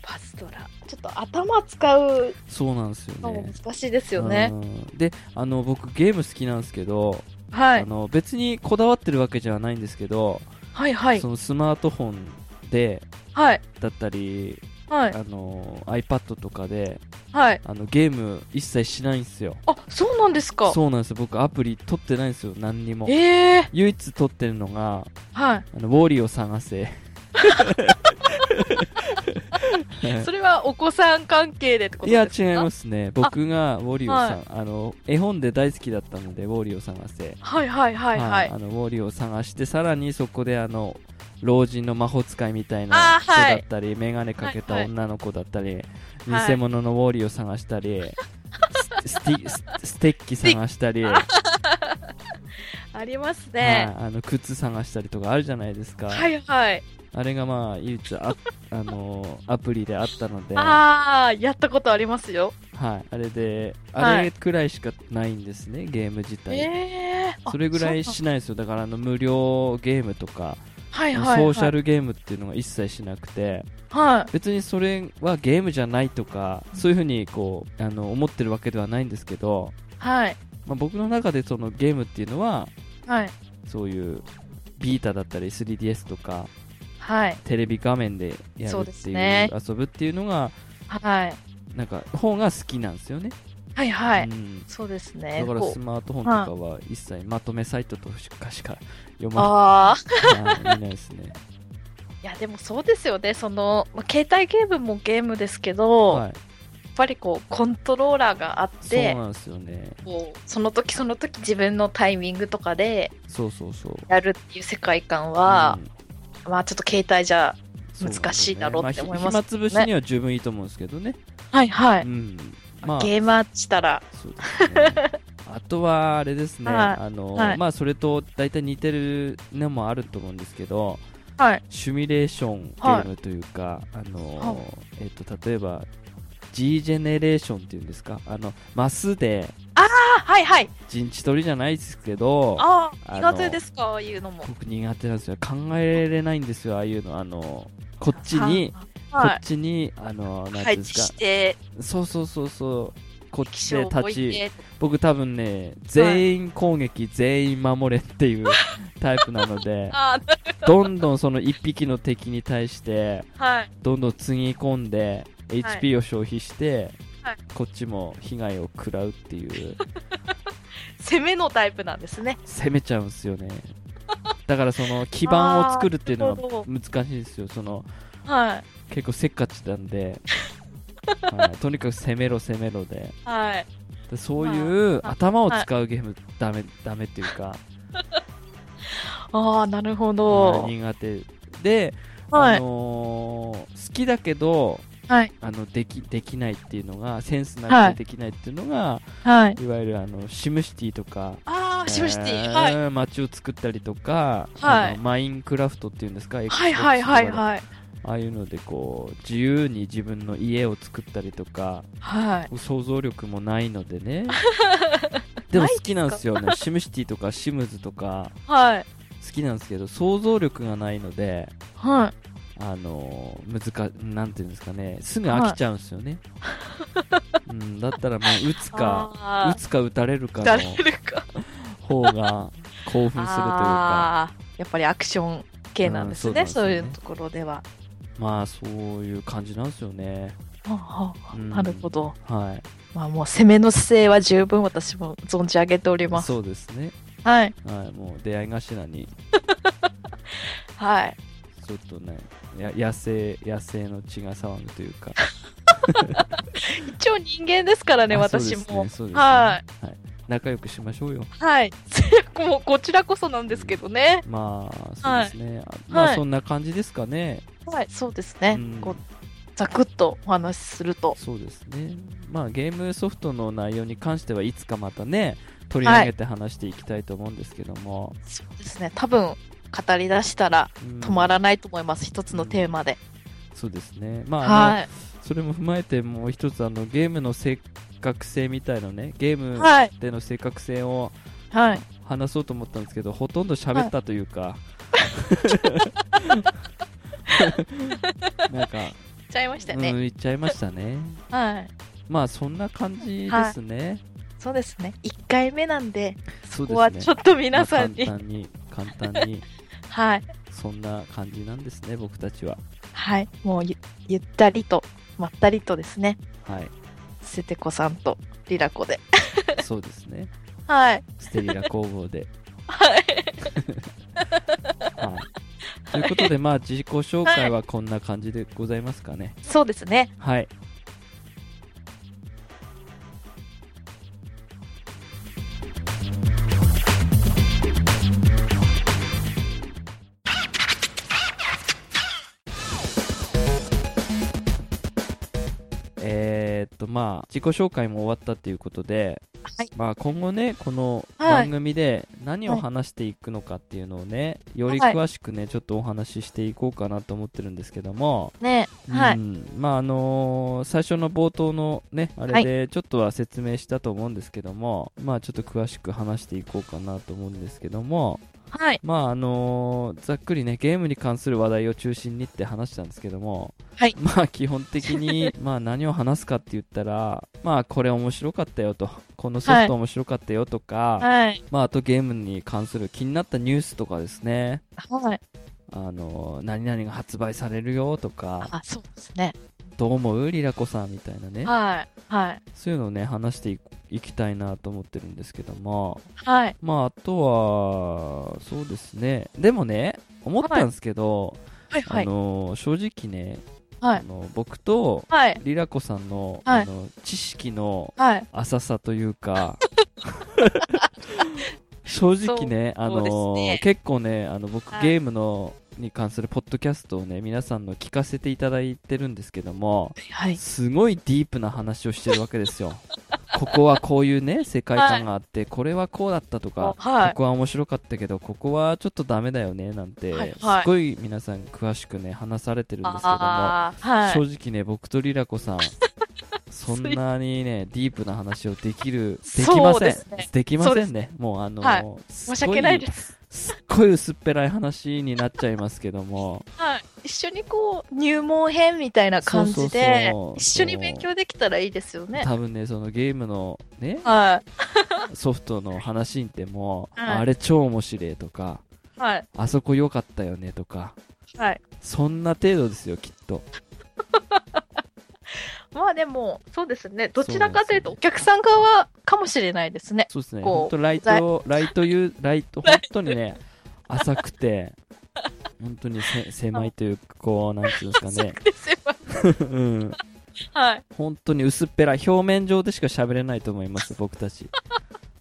Speaker 2: パズドラちょっと頭使う
Speaker 1: そうなんですよ
Speaker 2: のも
Speaker 1: ね
Speaker 2: 難しいですよね
Speaker 1: うんであの僕ゲーム好きなんですけど、
Speaker 2: はい
Speaker 1: あの別にこだわってるわけじゃないんですけど、
Speaker 2: はいはい
Speaker 1: そのスマートフォンで
Speaker 2: はい
Speaker 1: だったり、
Speaker 2: はい
Speaker 1: あの iPad とかで
Speaker 2: はい
Speaker 1: あのゲーム一切しないんですよ
Speaker 2: あそうなんですか
Speaker 1: そうなんですよ僕アプリ取ってないんですよ何にも
Speaker 2: ええ
Speaker 1: 唯一取ってるのが
Speaker 2: は
Speaker 1: あのウォーリーを探 せ
Speaker 2: いそれはお子さん関係でってこと
Speaker 1: いや
Speaker 2: ですか
Speaker 1: 違いますね僕がウォーリーをさ
Speaker 2: は
Speaker 1: ん、あの絵本で大好きだったのでウォーリーを探せ
Speaker 2: はいはいはいはい、
Speaker 1: あのウォーリーを探してさらにそこであの老人の魔法使いみたい
Speaker 2: あ
Speaker 1: な
Speaker 2: ー
Speaker 1: 人
Speaker 2: は
Speaker 1: だ
Speaker 2: い
Speaker 1: ったり、眼鏡かけた
Speaker 2: はいはい
Speaker 1: 女の子だったり、
Speaker 2: はい
Speaker 1: 偽物のウォーリーを探した り、ススティスステッキ探したり、はい
Speaker 2: ありますね
Speaker 1: あの靴探したりとかあるじゃないですか、
Speaker 2: はいはい
Speaker 1: あれがまあ唯一あ、あのアプリであったので、は
Speaker 2: ああやったことありますよ
Speaker 1: い、あれで
Speaker 2: はい
Speaker 1: あれくらいしかないんですね、ゲーム自体。
Speaker 2: ええ
Speaker 1: それぐらい
Speaker 2: あそう
Speaker 1: しないですよだからあの無料ゲームとか、
Speaker 2: はい
Speaker 1: ソ
Speaker 2: はいはい
Speaker 1: ーシャルゲームっていうのが一切しなくて
Speaker 2: はい
Speaker 1: 別にそれはゲームじゃないとかそういうふうにこうあの思ってるわけではないんですけど、
Speaker 2: はい
Speaker 1: まあ、僕の中でそのゲームっていうのは
Speaker 2: はい
Speaker 1: そういうビータだったり 3DS とか
Speaker 2: はい
Speaker 1: テレビ画面でや
Speaker 2: そ
Speaker 1: る
Speaker 2: う
Speaker 1: っ
Speaker 2: です
Speaker 1: ていう
Speaker 2: ね
Speaker 1: 遊ぶっていうのが
Speaker 2: はい
Speaker 1: なんか方が好きなんですよね、
Speaker 2: はいはい
Speaker 1: うん、
Speaker 2: そうですね
Speaker 1: だから
Speaker 2: こ
Speaker 1: ス
Speaker 2: う
Speaker 1: マートフォンとかは一切まとめサイトとしかしか読ま
Speaker 2: ああ
Speaker 1: ないないです ね、
Speaker 2: いやでもそうですよねそのまあ携帯ゲームもゲームですけど、
Speaker 1: はい、
Speaker 2: やっぱりこうコントローラーがあっ
Speaker 1: そう
Speaker 2: て
Speaker 1: なんですよね
Speaker 2: こうその時その時自分のタイミングとかで
Speaker 1: そうそうそう
Speaker 2: やるっていう世界観は
Speaker 1: う、ん
Speaker 2: まあちょっと携帯じゃ
Speaker 1: そうなんですよね
Speaker 2: 難しいだろうって思います
Speaker 1: あひ暇つぶしには十分いいと思うんですけどね、
Speaker 2: はいは
Speaker 1: うんまあ
Speaker 2: ゲーマーしたら
Speaker 1: そうですね あとはあれですね、
Speaker 2: はい
Speaker 1: あの
Speaker 2: はい
Speaker 1: まあ、それと大体似てるのもあると思うんですけど
Speaker 2: はい
Speaker 1: シミュレーションゲームというか、あの
Speaker 2: は
Speaker 1: えっと例えば G ジェネレーションっていうんですかあのマスで
Speaker 2: あはいはい
Speaker 1: 陣地取りじゃないですけど
Speaker 2: あ
Speaker 1: あの
Speaker 2: 苦手ですかああいうのも
Speaker 1: 僕苦手なんですよ考えれないんですよああいうのあのこっちにこ
Speaker 2: は
Speaker 1: っちにあの
Speaker 2: い
Speaker 1: なんてい
Speaker 2: 配
Speaker 1: うんで
Speaker 2: 置
Speaker 1: すか
Speaker 2: して
Speaker 1: そうそうそうそうこっ
Speaker 2: 気
Speaker 1: ち
Speaker 2: 象
Speaker 1: で
Speaker 2: を置
Speaker 1: 立
Speaker 2: い
Speaker 1: ち
Speaker 2: て
Speaker 1: 僕多分ね全員攻撃、全員守れっていうタイプなので
Speaker 2: あー
Speaker 1: どんどんその1匹の敵に対して
Speaker 2: はい
Speaker 1: どんどんつぎ込んで
Speaker 2: はい
Speaker 1: HP を消費して、
Speaker 2: はい
Speaker 1: こっちも被害を食らうっていう
Speaker 2: 攻めのタイプなんですね
Speaker 1: 攻めちゃうんですよね だからその基盤を作るっていうの
Speaker 2: あーなる
Speaker 1: は
Speaker 2: ほ
Speaker 1: 難しいんですよその
Speaker 2: はい
Speaker 1: 結構せっかちなんで、 はいとにかく攻めろ攻めろで
Speaker 2: はい
Speaker 1: でそういう
Speaker 2: まあ
Speaker 1: 頭を使うゲームダメダメっていうか、
Speaker 2: ああなるほ
Speaker 1: は
Speaker 2: ど
Speaker 1: い苦手で、
Speaker 2: は
Speaker 1: あ
Speaker 2: い
Speaker 1: のー好きだけど
Speaker 2: はい
Speaker 1: あのできできないっていうのがセンスなくてできないっていうのが、
Speaker 2: はい
Speaker 1: い、わゆるあのシムシティとか。
Speaker 2: ああシムシテ
Speaker 1: え
Speaker 2: ィ
Speaker 1: ー
Speaker 2: はい
Speaker 1: 街を作ったりとか、
Speaker 2: はい
Speaker 1: あのマインクラフトっていうんですか、
Speaker 2: はいはいはい
Speaker 1: い、
Speaker 2: はい
Speaker 1: ああいうのでこう自由に自分の家を作ったりとか、
Speaker 2: はい
Speaker 1: 想像力もないので ねでも好きなんですよねシムシティとかシムズとか
Speaker 2: はい
Speaker 1: 好きなんですけど想像力がないので
Speaker 2: はい
Speaker 1: あの難なんていうんですかねすぐ飽きちゃうんですよね、うん、だったらもう打つか
Speaker 2: あ
Speaker 1: 打つか打たれるか
Speaker 2: 誰
Speaker 1: の
Speaker 2: か
Speaker 1: 方が興奮するというか
Speaker 2: あーやっぱりアクション系なんですね,、
Speaker 1: うんそ
Speaker 2: そうう
Speaker 1: なんですよね
Speaker 2: いうところでは、
Speaker 1: まあそういう感じなんですよね
Speaker 2: はあはあ
Speaker 1: うん
Speaker 2: なるほど、
Speaker 1: はい
Speaker 2: まあ、もう攻めの姿勢は十分私も存じ上げております
Speaker 1: そうですね、
Speaker 2: はい
Speaker 1: はい、もう出会い頭に
Speaker 2: はい
Speaker 1: ちょっとねや野生野生の血が騒ぐというか
Speaker 2: 一応人間ですから ね
Speaker 1: あ
Speaker 2: 私
Speaker 1: そう
Speaker 2: も
Speaker 1: ですねそうですね
Speaker 2: は
Speaker 1: はい仲良くしましょうよ。
Speaker 2: はい もうこちらこそなんですけどね
Speaker 1: まあ、そうですね。あま
Speaker 2: は
Speaker 1: あ、
Speaker 2: い
Speaker 1: そんな感じですかね。
Speaker 2: はいそうですね、
Speaker 1: うん
Speaker 2: こうざくっとお話しすると
Speaker 1: そうですね。まあ、ゲームソフトの内容に関してはいつかまたね、取り上げて話していきたいと思うんですけども。
Speaker 2: そうですね多分語り出したら
Speaker 1: うん
Speaker 2: 止まらないと思います、一つのテーマで、
Speaker 1: そうですね。まあ、あ
Speaker 2: は
Speaker 1: の
Speaker 2: い
Speaker 1: それも踏まえて、もう一つ、あの、ゲームの正確性みたいなね、ゲーム
Speaker 2: はい
Speaker 1: での正確性を
Speaker 2: はい
Speaker 1: 話そうと思ったんですけど、ほとんど喋ったというか、なんか、
Speaker 2: っちゃいました
Speaker 1: うん、
Speaker 2: ね、
Speaker 1: 言っちゃいましたね。
Speaker 2: はい
Speaker 1: まあ、そんな感じですね。
Speaker 2: そうですね1回目なんで
Speaker 1: そ
Speaker 2: こ
Speaker 1: うで
Speaker 2: こは
Speaker 1: すね。
Speaker 2: ちょっと皆さんに、
Speaker 1: まあ簡単に、簡単に、
Speaker 2: はい
Speaker 1: そんな感じなんですね、僕たちは。
Speaker 2: はいもうゆゆったりとまったりとですね
Speaker 1: はい。
Speaker 2: セテコさんとリラコで
Speaker 1: そうですね。
Speaker 2: はい
Speaker 1: ステリラ工房で。
Speaker 2: はい
Speaker 1: はい、ということで、まあ、自己紹介はこんな感じでございますかね。
Speaker 2: そうですね
Speaker 1: はい。えーっとまあ自己紹介も終わったということで、
Speaker 2: はい
Speaker 1: まあ今後ねこの
Speaker 2: は
Speaker 1: 番
Speaker 2: い
Speaker 1: 組で何を話していくのかっていうのをね、より詳しくねちょっとお話ししていこうかなと思ってるんですけども、
Speaker 2: ねは
Speaker 1: う
Speaker 2: い
Speaker 1: ん、まああのー最初の冒頭のねあれでちょっとは説明したと思うんですけども、まあちょっと詳しく話していこうかなと思うんですけども
Speaker 2: はい
Speaker 1: まああのーざっくりねゲームに関する話題を中心にって話したんですけども、
Speaker 2: はい
Speaker 1: まあ基本的 にまあ何を話すかって言ったらまあこれ面白かったよとこのソフト面白かったよとか、
Speaker 2: はい
Speaker 1: まああとゲームに関する気になったニュースとかですね
Speaker 2: はい
Speaker 1: あのー何々が発売されるよとか
Speaker 2: あそうですね
Speaker 1: どう思うリラコさんみたいなね
Speaker 2: はいはい
Speaker 1: そういうのをね話していいきたいなと思ってるんですけども
Speaker 2: はい
Speaker 1: まああとはそうですねでもね思ったんですけど、
Speaker 2: はいは
Speaker 1: あ
Speaker 2: い
Speaker 1: の正直ね、
Speaker 2: は
Speaker 1: あ
Speaker 2: い
Speaker 1: の僕と
Speaker 2: はい
Speaker 1: リラコさんの,、
Speaker 2: はい
Speaker 1: あの知識の
Speaker 2: はい
Speaker 1: 浅さという か正直ねあの
Speaker 2: そうですね
Speaker 1: 結構ねあの僕、
Speaker 2: はい
Speaker 1: ゲームのに関するポッドキャストをね皆さんの聞かせていただいてるんですけども、
Speaker 2: はい
Speaker 1: すごいディープな話をしてるわけ ですよ。ここはこういうね世界観があって、これはこうだったとか、
Speaker 2: はい
Speaker 1: ここは面白かったけどここはちょっとダメだよねなんて、
Speaker 2: はいはい
Speaker 1: すごい皆さん詳しくね話されてるんですけども、
Speaker 2: あーはい
Speaker 1: 正直ね僕とリラコさ んそんなにねディープな話をできるできま
Speaker 2: そう
Speaker 1: せ
Speaker 2: で
Speaker 1: ん
Speaker 2: すね
Speaker 1: できま
Speaker 2: そう
Speaker 1: せ
Speaker 2: で
Speaker 1: ん
Speaker 2: す
Speaker 1: ねもうあの、
Speaker 2: はい
Speaker 1: す
Speaker 2: 申
Speaker 1: っ
Speaker 2: し
Speaker 1: ご
Speaker 2: 訳
Speaker 1: い
Speaker 2: ないです
Speaker 1: すっごい薄っぺらい話になっちゃいますけども
Speaker 2: はい、一緒にこう入門編みたいな感じで
Speaker 1: そうそうそう
Speaker 2: 一緒に勉強できたらいいです よね。
Speaker 1: 多分ねそのゲームのね
Speaker 2: はい
Speaker 1: ソフトの話にても、
Speaker 2: はい
Speaker 1: あれ超面白いとか
Speaker 2: はい
Speaker 1: あそこ良かったよねとか
Speaker 2: はい。
Speaker 1: そんな程度ですよきっと
Speaker 2: まあでもそうですね。どちらかというと
Speaker 1: そう
Speaker 2: お客さん側かもしれないですね。
Speaker 1: そうですね
Speaker 2: こう
Speaker 1: 本当ライトライトユーライト本当にね浅くて本当にせ狭いというかこうなんていうんです かね
Speaker 2: ですよ。
Speaker 1: うん
Speaker 2: はい
Speaker 1: 本当に薄っぺらい表面上でしか喋れないと思います僕たち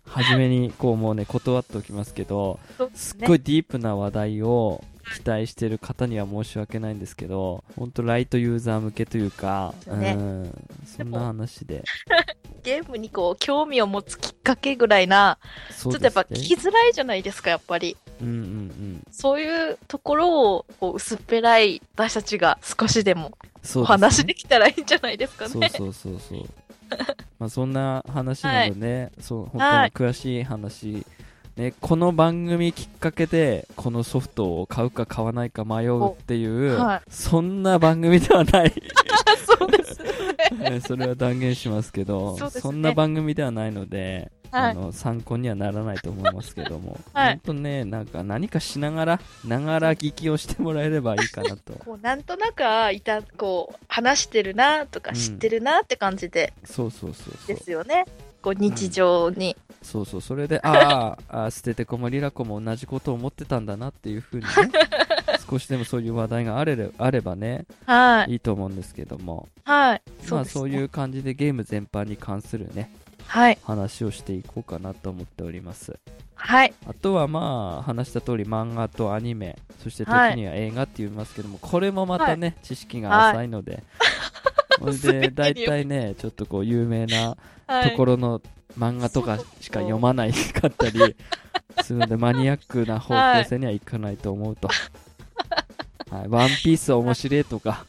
Speaker 1: 初めにこうもうね断っておきますけど
Speaker 2: そうですす
Speaker 1: っ
Speaker 2: ね。
Speaker 1: ごいディープな話題を期待してる方には申し訳ないんですけど本当ライトユーザー向けというか
Speaker 2: そうですね
Speaker 1: うんそんな話で
Speaker 2: ゲームにこう興味を持つきっかけぐらいな、
Speaker 1: ちょ
Speaker 2: ちょっとやっぱ聞きづらいじゃないですかやっぱり。
Speaker 1: うんうんうん
Speaker 2: そういうところをこう薄っぺらい私たちが少しでも
Speaker 1: そうですね
Speaker 2: お話できたらいいんじゃないですか
Speaker 1: そう
Speaker 2: ね。
Speaker 1: そうそうそうまあそんな話なのでね、そう本当に
Speaker 2: はい
Speaker 1: 詳しい話、ね、この番組きっかけでこのソフトを買うか買わないか迷うっていう、
Speaker 2: おはい
Speaker 1: そんな番組ではない、
Speaker 2: そうですね。
Speaker 1: ねそれは断言しますけど
Speaker 2: そうですね
Speaker 1: んな番組ではないので、
Speaker 2: は
Speaker 1: あ
Speaker 2: い
Speaker 1: の参考にはならないと思いますけども、
Speaker 2: はい
Speaker 1: 本当ねなんか何かしながらながら聞きをしてもらえればいいかなと
Speaker 2: こうなんとなくあいたこう話してるなとか
Speaker 1: うん
Speaker 2: 知ってるなって感じで、
Speaker 1: そうそうそうそう
Speaker 2: ですよねこう日常に、
Speaker 1: そうそうそれであーあー捨ててこもりらこも同じことを思ってたんだなっていうふうに ね少しでもそういう話題があれれあればね
Speaker 2: はい
Speaker 1: いいと思うんですけども
Speaker 2: はい
Speaker 1: まあそういうう感じでゲーム全般に関するね
Speaker 2: はい
Speaker 1: 話をしていこうかなと思っております
Speaker 2: はい
Speaker 1: あとはまあ話した通り漫画とアニメそして時
Speaker 2: はい
Speaker 1: には映画って言いますけども、これもまたね、知識が浅いので、そ れで大体ねちょっとこう有名な
Speaker 2: は
Speaker 1: と
Speaker 2: い
Speaker 1: ころの漫画とかしか読まないかったりするのでマニアックな方向性にはいかないと思うと「はい、ワンピース面白い」と か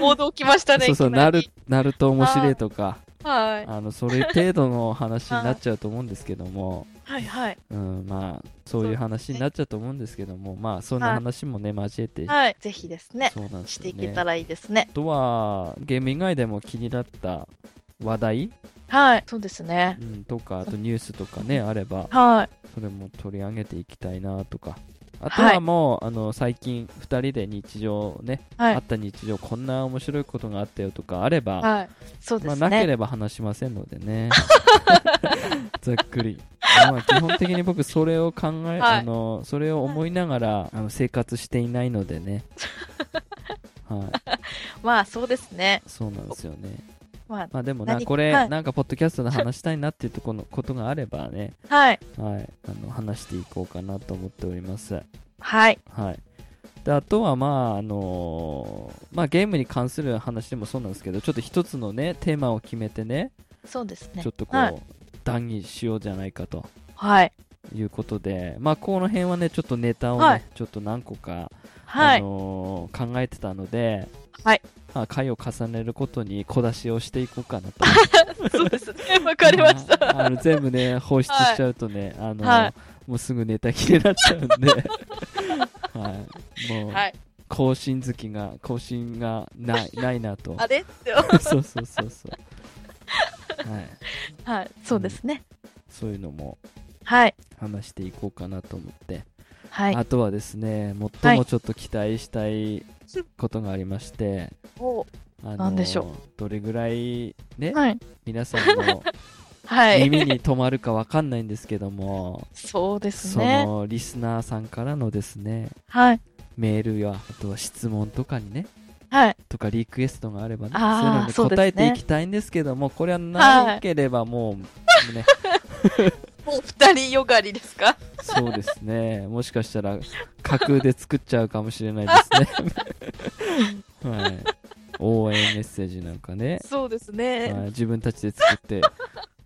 Speaker 2: 王道来ま
Speaker 1: 「
Speaker 2: したね
Speaker 1: そうそう
Speaker 2: いきな
Speaker 1: ナ
Speaker 2: り
Speaker 1: ルナルト面白い」とか
Speaker 2: はい。
Speaker 1: あのそれ程度の話になっちゃうと思うんですけども、
Speaker 2: はいはい。
Speaker 1: うん、まあそういう話になっちゃうと思うんですけどもまあそんな話もね交えて、
Speaker 2: はい。ぜひですね、
Speaker 1: そうなんです
Speaker 2: して
Speaker 1: よ
Speaker 2: いけ
Speaker 1: ね
Speaker 2: た
Speaker 1: あ
Speaker 2: らいいですね。
Speaker 1: とはゲーム以外でも気になった話題、
Speaker 2: はい。そうですね
Speaker 1: う。ん、とかあとニュースとかねあれば
Speaker 2: はい。
Speaker 1: それも取り上げていきたいなとかあと
Speaker 2: はい
Speaker 1: はもう、あの最近2人で日常ね、
Speaker 2: は
Speaker 1: あ
Speaker 2: い
Speaker 1: っ。た日常こんな面白いことがあったよとかあれば、
Speaker 2: はい。そうで
Speaker 1: まあ、
Speaker 2: す
Speaker 1: なけ
Speaker 2: ね。
Speaker 1: れば話しませんので ねざっくり、まあ、基本的に僕それを考え、
Speaker 2: はい
Speaker 1: あのそれを思いながらあの生活していないので ねはい
Speaker 2: まあ、そうですね。
Speaker 1: そうなんですよね
Speaker 2: ま
Speaker 1: まあでもな
Speaker 2: 何
Speaker 1: これ、
Speaker 2: はい
Speaker 1: なんかポッドキャストで話したいなっていうところのことがあればね、
Speaker 2: あ、はい。
Speaker 1: はい、あの話していこうかなと思っております
Speaker 2: はい。
Speaker 1: はい、であとは、まああのまあ、ゲームに関する話でもそうなんですけどちょっと一つの、ね、テーマを決めてね
Speaker 2: そうですね。
Speaker 1: ちょっとこう、
Speaker 2: はい。
Speaker 1: 談義しようじゃないかと
Speaker 2: はい。
Speaker 1: いうことで、まあ、この辺はねちょっとネタをね、
Speaker 2: はい
Speaker 1: ちょっと何個か、
Speaker 2: は
Speaker 1: あ
Speaker 2: い。
Speaker 1: のー考えてたので、
Speaker 2: はい
Speaker 1: まあ、回を重ねることに小出しをしていこうか なと
Speaker 2: そうですね。わかりました。
Speaker 1: ああの全部ね放出しちゃうとね、あのー
Speaker 2: はい
Speaker 1: もうすぐネタ切れになっちゃ うんで、はい、もう、
Speaker 2: はい。
Speaker 1: 更新好きが更新が ないないなと
Speaker 2: あれって。
Speaker 1: そうそうそうそう、はい、
Speaker 2: はい。そうですね。
Speaker 1: そういうのも
Speaker 2: はい。
Speaker 1: 話していこうかなと思って、
Speaker 2: はい。
Speaker 1: あとはですね最もちょっと期待したいことがありまして、
Speaker 2: お
Speaker 1: あ
Speaker 2: なんでしょう
Speaker 1: どれぐらいね、
Speaker 2: はい。
Speaker 1: 皆さん の
Speaker 2: はい。
Speaker 1: 耳に留まるかわかんないんですけども、
Speaker 2: そうです
Speaker 1: そ
Speaker 2: ね。
Speaker 1: のリスナーさんからのですね
Speaker 2: はい。
Speaker 1: メールやあとは質問とかにね
Speaker 2: はい。
Speaker 1: とかリクエストがあればね、
Speaker 2: あー
Speaker 1: そういうのに
Speaker 2: そうです
Speaker 1: 答
Speaker 2: ね
Speaker 1: えていきたいんですけども、これはなければも う、ね、
Speaker 2: もう二人よがりですか
Speaker 1: そうですね、もしかしたら架空で作っちゃうかもしれないですね。はい、応援メッセージなんかね、
Speaker 2: そうです
Speaker 1: はい
Speaker 2: ね。、
Speaker 1: 自分たちで作って、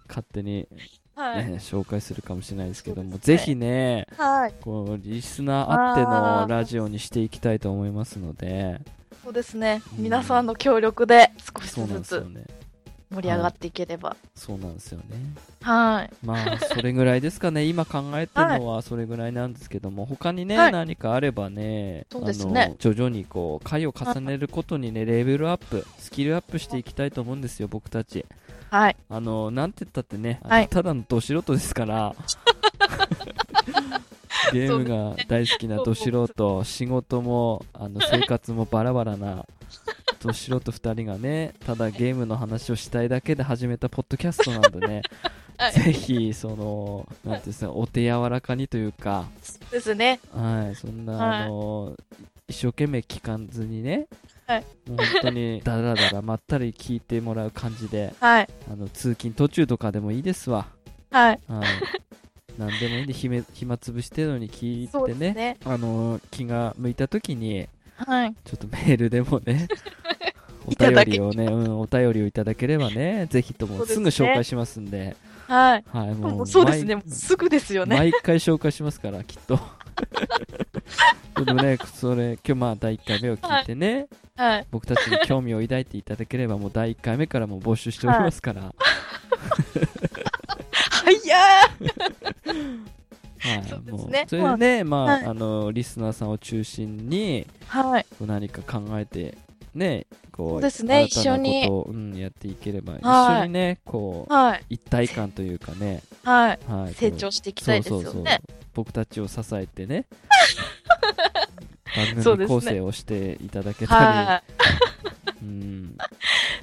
Speaker 1: 勝手に、ね
Speaker 2: はい。
Speaker 1: 紹介するかもしれないですけども、
Speaker 2: そうです
Speaker 1: ぜ
Speaker 2: ね
Speaker 1: ひね、
Speaker 2: はい。
Speaker 1: こうリスナーあっての
Speaker 2: あー
Speaker 1: ラジオにしていきたいと思いますので、
Speaker 2: そうですね。
Speaker 1: うん
Speaker 2: 皆さんの協力で少し
Speaker 1: そうなん
Speaker 2: ず
Speaker 1: ですよ
Speaker 2: つ
Speaker 1: ね。
Speaker 2: 盛り上がっていければ。
Speaker 1: そうなんですよね。
Speaker 2: はい。
Speaker 1: まあそれぐらいですかね今考えてるのはそれぐらいなんですけども、他にね、
Speaker 2: はい
Speaker 1: 何かあればね
Speaker 2: そうですね
Speaker 1: あの徐々にこう回を重ねることにねレベルアップスキルアップしていきたいと思うんですよ僕たち
Speaker 2: はい。
Speaker 1: あのなんて言ったってね、あの
Speaker 2: はい
Speaker 1: ただのど素人ですから ゲームが大好きなど素人仕事もあの生活もバラバラなど素人2人がねただゲームの話をしたいだけで始めたポッドキャストなんでね
Speaker 2: はい
Speaker 1: ぜひそのなんていうんですかお手柔らかにというか、
Speaker 2: そうですね。
Speaker 1: はい、そんな、
Speaker 2: はい
Speaker 1: あの一生懸命聞かずにね、
Speaker 2: はい
Speaker 1: もう本当にだらだらまったり聞いてもらう感じで
Speaker 2: はい。
Speaker 1: あの通勤途中とかでもいいですわ、
Speaker 2: はい。
Speaker 1: はい、何でもいいんで暇暇つぶし程度に聞い
Speaker 2: そう
Speaker 1: て
Speaker 2: です
Speaker 1: ね
Speaker 2: ね。
Speaker 1: あの気が向いた時に
Speaker 2: はい。
Speaker 1: ちょっとメールでも ねお
Speaker 2: いただ
Speaker 1: 便
Speaker 2: け
Speaker 1: りをね、うん、お便りをいただければねぜひと
Speaker 2: そ
Speaker 1: も
Speaker 2: うですす
Speaker 1: ぐ
Speaker 2: ね
Speaker 1: 紹介しますんで。
Speaker 2: はい。
Speaker 1: はい、
Speaker 2: も
Speaker 1: もう
Speaker 2: うそうですね。
Speaker 1: 毎
Speaker 2: もうすぐですよね。
Speaker 1: 毎回紹介しますからきっと でもねそれ今日まあ第1回目を聞いてね、
Speaker 2: はい。
Speaker 1: 僕たちに興味を抱いていただければもう第1回目からもう募集しておりますから、は
Speaker 2: はいや
Speaker 1: い
Speaker 2: そうですね
Speaker 1: もうそれでね、まあ
Speaker 2: はい
Speaker 1: あのリスナーさんを中心に
Speaker 2: ーはい。
Speaker 1: こう何か考えてねこう
Speaker 2: そうですね
Speaker 1: 新たな
Speaker 2: 一緒に
Speaker 1: ことを、うん、やっていければ、
Speaker 2: はい
Speaker 1: 一緒にねこう
Speaker 2: はい。
Speaker 1: 一体感というかね、
Speaker 2: はい。
Speaker 1: はい、
Speaker 2: 成長していきたいですよね。
Speaker 1: 僕たちを支えて ね
Speaker 2: そ
Speaker 1: 番
Speaker 2: う
Speaker 1: 組
Speaker 2: ですね
Speaker 1: 構成をしていただけた
Speaker 2: は
Speaker 1: り、うん
Speaker 2: い。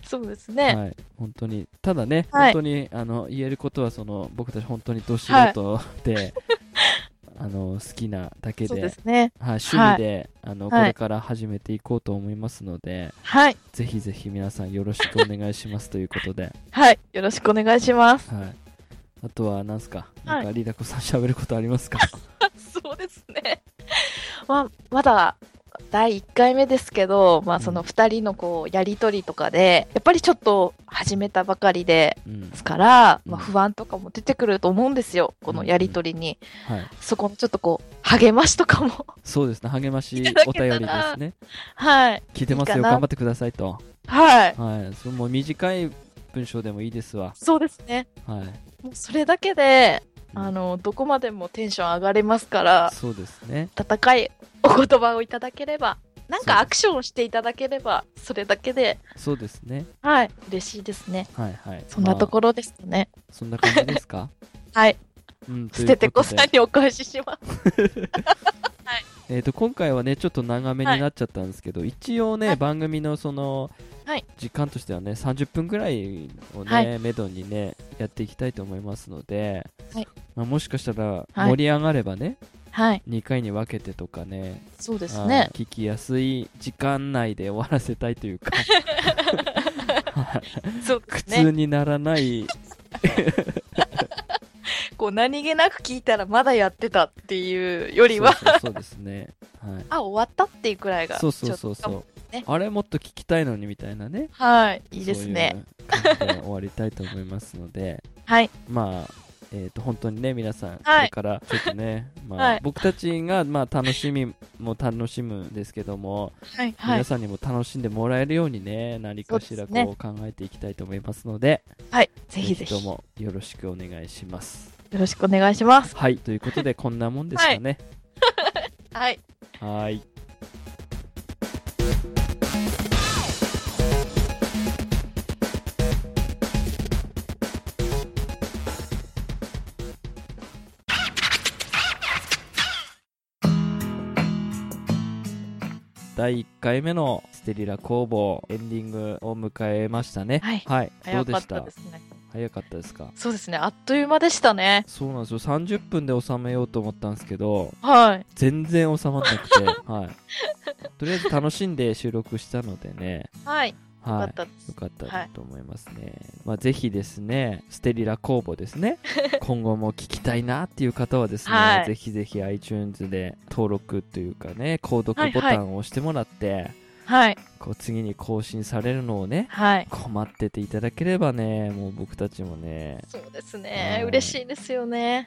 Speaker 2: そうです
Speaker 1: は
Speaker 2: ね。
Speaker 1: い、本当にただね、
Speaker 2: はい
Speaker 1: 本当にあの言えることはその僕たち本当にど素人で、 あの好きなだけ
Speaker 2: そ
Speaker 1: で
Speaker 2: うですね。
Speaker 1: はい、趣味で、あの
Speaker 2: はい
Speaker 1: これから始めていこうと思いますので、
Speaker 2: はい。
Speaker 1: ぜひぜひ皆さんよろしくお願いしますということで、
Speaker 2: はい。よろしくお願いします。
Speaker 1: はい、あとは何すか、
Speaker 2: はい
Speaker 1: なんかリダコさん喋ることあります か
Speaker 2: そうですね。まあ、まだ第1回目ですけど、まあ、その2人のこうやり取りとかで、やっぱりちょっと始めたばかりで
Speaker 1: うん
Speaker 2: すから、
Speaker 1: う
Speaker 2: まあ、
Speaker 1: ん
Speaker 2: 不安とかも出てくると思うんですよ、このやり取りに。
Speaker 1: はい
Speaker 2: そこのちょっとこう励ましとかも。
Speaker 1: そうですね、励まし
Speaker 2: いただ
Speaker 1: お
Speaker 2: けた
Speaker 1: 便
Speaker 2: ら
Speaker 1: りですね。
Speaker 2: はい。
Speaker 1: 聞いてます
Speaker 2: いい
Speaker 1: よ、
Speaker 2: かな
Speaker 1: 頑張ってくださいと。
Speaker 2: はい。
Speaker 1: はい、それも短い文章でもいいですわ。
Speaker 2: そうですね。
Speaker 1: はい。
Speaker 2: もうそれだけで、
Speaker 1: うん
Speaker 2: あの、どこまでもテンション上がれますから、
Speaker 1: そうですね。
Speaker 2: 温かいお言葉をいただければ、なん
Speaker 1: そう
Speaker 2: かアクションをしていただければ、それだけで、
Speaker 1: そうですね。
Speaker 2: はい、嬉しいですね。
Speaker 1: はいはい。
Speaker 2: そんなと
Speaker 1: ろ。
Speaker 2: ころですね。
Speaker 1: そんな感じですか
Speaker 2: はい、
Speaker 1: うん。とい
Speaker 2: 捨
Speaker 1: う
Speaker 2: てて
Speaker 1: こ
Speaker 2: こと
Speaker 1: で
Speaker 2: さんにお返しします。
Speaker 1: えー、と今回はねちょっと長めになっちゃったんですけど、一応ね、
Speaker 2: はい
Speaker 1: 番組のその、
Speaker 2: はい
Speaker 1: 時間としてはね30分ぐらいをね、
Speaker 2: はい
Speaker 1: めどにねやっていきたいと思いますので、
Speaker 2: はい
Speaker 1: まあ、もしかしたら
Speaker 2: はい
Speaker 1: 盛り上がればね、
Speaker 2: はい、
Speaker 1: 2回に分けてとかね
Speaker 2: そうです
Speaker 1: あ
Speaker 2: ね
Speaker 1: の。聞きやすい時間内で終わらせたいと いうかはい
Speaker 2: そうで
Speaker 1: 苦
Speaker 2: すね
Speaker 1: 痛。にならない、
Speaker 2: こう、何気なく聞いたらまだやってたっていうよりは、
Speaker 1: そうそうそうですね、はい、
Speaker 2: あ、終わったっていうくらいが、
Speaker 1: そうそうそう
Speaker 2: ちょっと
Speaker 1: そう、
Speaker 2: ね
Speaker 1: あれもっと聞きたいのにみたいなね
Speaker 2: はい、いいですね。。
Speaker 1: そういう感じで終わりたいと思いますので、
Speaker 2: はい、
Speaker 1: まあ、えー、と本当にね、皆さん、こ
Speaker 2: は
Speaker 1: れ
Speaker 2: い
Speaker 1: からちょっと ね、まあ
Speaker 2: はい
Speaker 1: 僕たちが、まあ、楽しみも楽しむんですけども、
Speaker 2: はい、は
Speaker 1: 皆
Speaker 2: い、
Speaker 1: さんにも楽しんでもらえるようにね、何かしら
Speaker 2: そうですね
Speaker 1: こう考えていきたいと思いますので、
Speaker 2: はい、ぜひぜひ、
Speaker 1: と
Speaker 2: よ
Speaker 1: もよろしくお願いします。
Speaker 2: ろしくお願いします。
Speaker 1: はい、ということで、こんなもんですかね。
Speaker 2: はい、
Speaker 1: はいい。第1回目のステリラ工房エンディングを迎えましたね。
Speaker 2: はい
Speaker 1: どう
Speaker 2: 早
Speaker 1: で
Speaker 2: かっ
Speaker 1: したた
Speaker 2: ですね。
Speaker 1: 早かったですか
Speaker 2: そうですね、あっという間でしたね。
Speaker 1: そうなんですよ。30分で収めようと思ったんですけど、
Speaker 2: はい、
Speaker 1: 全然収まらなく て、はい、とりあえず楽しんで収録したのでね、
Speaker 2: はい、よか
Speaker 1: は
Speaker 2: っ
Speaker 1: い、
Speaker 2: たです
Speaker 1: よ。かった
Speaker 2: はい
Speaker 1: と思いますね、まあ、ぜひですねステリラ公募です ね今後も聞きたいなっていう方はですね、
Speaker 2: はい
Speaker 1: ぜひぜひ iTunes で登録というかね購読ボタンを押してもらって、
Speaker 2: はい、
Speaker 1: こう次に更新されるのをね
Speaker 2: はい。
Speaker 1: 困ってていただければねもう僕たちもね
Speaker 2: そうです
Speaker 1: は
Speaker 2: ね
Speaker 1: い、
Speaker 2: 嬉しいですよね。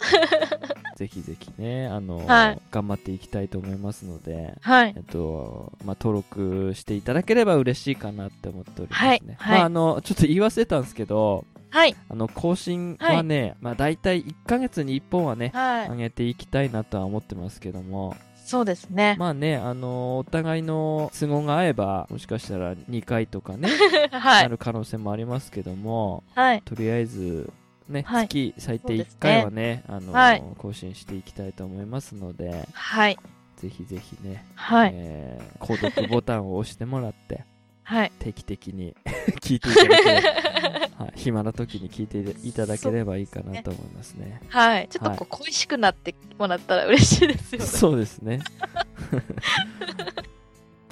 Speaker 1: ぜひぜひねあの、
Speaker 2: はい
Speaker 1: 頑張っていきたいと思いますので
Speaker 2: はい
Speaker 1: え、っとまあ、登録していただければ嬉しいかなって思っておりますね。
Speaker 2: はいはい
Speaker 1: まあ、あのちょっと言い忘れたんですけど
Speaker 2: はい、
Speaker 1: あの更新はね、まあ、大体1ヶ月に1本はね、
Speaker 2: はい
Speaker 1: 上、げていきたいなとは思ってますけども
Speaker 2: そうですね。
Speaker 1: まあねあのお互いの都合が合えばもしかしたら2回とかね、
Speaker 2: は、
Speaker 1: ないる可能性もありますけども
Speaker 2: はい、
Speaker 1: とりあえず。ね、
Speaker 2: はい
Speaker 1: 月最低
Speaker 2: そうですね
Speaker 1: 1回はね、あの
Speaker 2: はい
Speaker 1: 更新していきたいと思いますので、
Speaker 2: はい、
Speaker 1: ぜひぜひね、
Speaker 2: はい、
Speaker 1: えー購読ボタンを押してもらって、
Speaker 2: はい、
Speaker 1: 定期的に 聞いていただけれ ば、はい、暇な時に聞いていただければいいかなと思いますね。
Speaker 2: はい。ちょっとこう恋しくなってもらったら嬉しいですよね。
Speaker 1: そうです ね。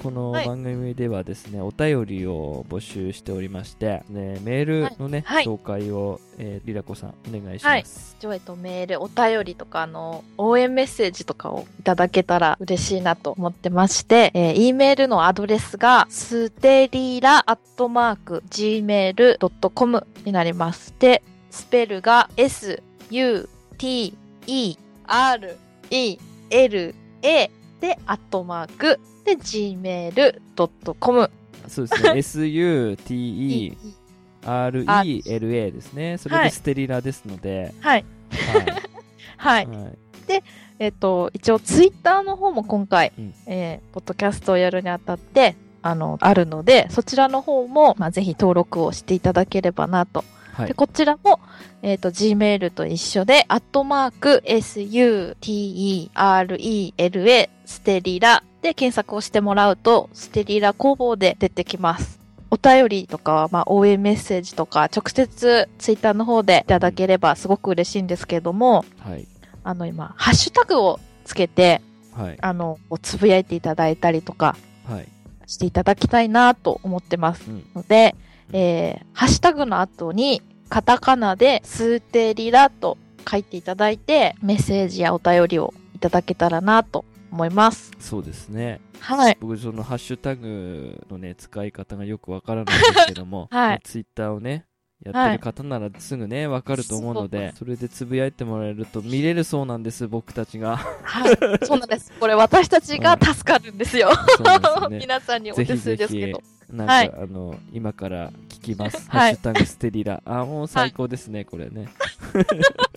Speaker 1: この
Speaker 2: はい
Speaker 1: 番組ではですね、お便りを募集しておりまして、ね、メールのね、
Speaker 2: はいはい
Speaker 1: 紹介を、えー、リラコさんお願いします。
Speaker 2: ジョイとメール、お便りとか、あの、応援メッセージとかをいただけたら嬉しいなと思ってまして、えー、E メールのアドレスが、ステリラアットマーク、gmail.com になります。で、スペルが、s, u, t, e, r, e, l, a で、アットマーク、で、gmail.com。
Speaker 1: そうですね、SUTERELA ですね。それ
Speaker 2: は
Speaker 1: で
Speaker 2: い
Speaker 1: ステリラですので、
Speaker 2: はい。はい。
Speaker 1: はいはい
Speaker 2: えっと、一応ツイッターの方も今回、
Speaker 1: うん
Speaker 2: えーポッドキャストをやるにあたってあのあるのでそちらの方も、まあ、ぜひ登録をしていただければなと、
Speaker 1: は
Speaker 2: で
Speaker 1: い
Speaker 2: こちらも、えっと Gmail と一緒で「アットマーク SUTERELA ステリラ」で検索をしてもらうとステリラ工房で出てきます。お便りとか、まあ、応援メッセージとか、直接ツイッターの方でいただければすごく嬉しいんですけども、
Speaker 1: はい
Speaker 2: あの今、ハッシュタグをつけて、
Speaker 1: はい
Speaker 2: あの、こうつぶやいていただいたりとか
Speaker 1: はい。
Speaker 2: していただきたいなと思ってます
Speaker 1: うん
Speaker 2: ので、
Speaker 1: うん
Speaker 2: えーハッシュタグの後に、カタカナで、スーテリラと書いていただいて、メッセージやお便りをいただけたらなと思います。
Speaker 1: そうですね。
Speaker 2: はい。
Speaker 1: 僕そのハッシュタグのね使い方がよくわからないんですけども、
Speaker 2: はい
Speaker 1: ツイッターをねやってる方ならすぐねわかると思うので、
Speaker 2: そう
Speaker 1: それでつぶやいてもらえると見れるそうなんです僕たち が
Speaker 2: はい。そうなんです。これ私たちが助かるんですよ。
Speaker 1: そうなんですね
Speaker 2: 皆さんにお手数ですけど。
Speaker 1: なんか、
Speaker 2: はい
Speaker 1: あの今から聞きます。ハ
Speaker 2: はい
Speaker 1: ッシュタグステリ ラ。あもう最高ですね、これね。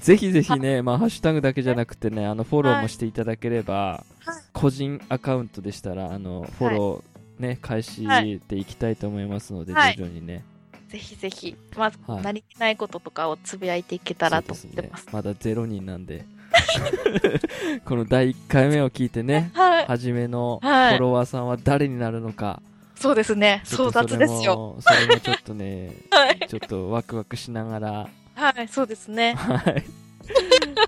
Speaker 1: ぜひぜひね、まあ、ハッシュタグだけじゃなくてね、あのフォローもしていただければ、
Speaker 2: はい
Speaker 1: 個人アカウントでしたら、あのフォロー、ね開始でいきたいと思いますので、
Speaker 2: はい
Speaker 1: 徐々にね。
Speaker 2: ぜひぜひ、まず、
Speaker 1: はい
Speaker 2: 何気ないこととかをつぶやいていけたらと思っ
Speaker 1: そう
Speaker 2: てます。
Speaker 1: ですねまだゼロ人なんで、 この第1回目を聞いてね、
Speaker 2: はい、
Speaker 1: 初めのフ
Speaker 2: はい
Speaker 1: ォロワーさんは誰になるのか、
Speaker 2: そうですね。
Speaker 1: ちょ
Speaker 2: 争
Speaker 1: っと
Speaker 2: 奪
Speaker 1: そ
Speaker 2: で
Speaker 1: れ
Speaker 2: すよ。
Speaker 1: も、それもちょっとね、
Speaker 2: はい、
Speaker 1: ちょっとワクワクしながら、
Speaker 2: はい、そうですね。
Speaker 1: はい。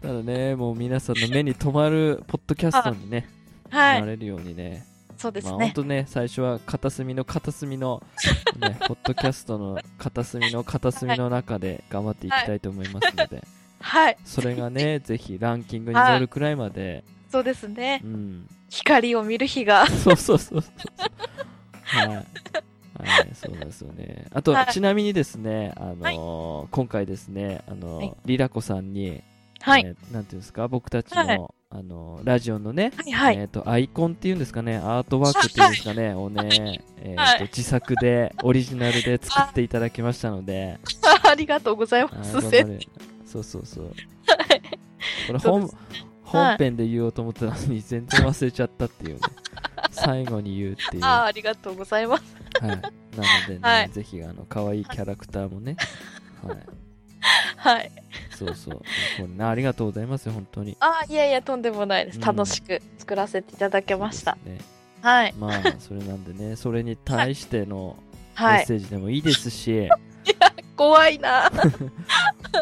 Speaker 1: ただね、もう皆さんの目に留まるポッドキャストにね、
Speaker 2: は、
Speaker 1: ないれるようにね、
Speaker 2: そうです
Speaker 1: まあ本
Speaker 2: ね。
Speaker 1: 当ね、最初は片隅の片隅の、 ね、ポッドキャストの片隅の片隅の中で頑張っていきたいと思いますので、
Speaker 2: はい、
Speaker 1: それが ね、ぜひランキングに乗るくらいまで、
Speaker 2: そうですね
Speaker 1: う。ん、
Speaker 2: 光を見る日が。
Speaker 1: そうそうそうそう。はい。はい、そうなんですよね。あと、
Speaker 2: はい
Speaker 1: ちなみにですね、あのー今回ですね、あのー
Speaker 2: はい
Speaker 1: リラコさんに、
Speaker 2: はい、
Speaker 1: えーなんていうんですか、僕たちの、
Speaker 2: はい
Speaker 1: あのーラジオのね、
Speaker 2: はい、はい。
Speaker 1: えっ、と、アイコンっていうんですかね、アートワークっていうんですかね、をね、えーと
Speaker 2: はい
Speaker 1: 自作で、オリジナルで作っていただきましたので、
Speaker 2: ありがとうござい
Speaker 1: あ
Speaker 2: ま
Speaker 1: ー
Speaker 2: す。
Speaker 1: 頑張
Speaker 2: 先
Speaker 1: れそうそうそう。
Speaker 2: はい
Speaker 1: これ
Speaker 2: そう
Speaker 1: 本、
Speaker 2: です
Speaker 1: 本編で言おうと思ったのに全然忘れちゃったってい うね。最後に言うっていう。
Speaker 2: あー
Speaker 1: は
Speaker 2: ありがとうございます。
Speaker 1: い。なのでね、
Speaker 2: はい
Speaker 1: ぜひあの可愛いキャラクターもね。はい。
Speaker 2: はい。
Speaker 1: そうそう。これね、ありがとうございますよ本当に。
Speaker 2: あーいやいや、とんでもないで
Speaker 1: う
Speaker 2: す。
Speaker 1: ん
Speaker 2: 楽しく作らせていただけました。
Speaker 1: そうですね。
Speaker 2: はい、
Speaker 1: まあそれなんでね、それに対してのメ
Speaker 2: は
Speaker 1: ッ
Speaker 2: い。
Speaker 1: セージでもいいです し、
Speaker 2: 怖いな。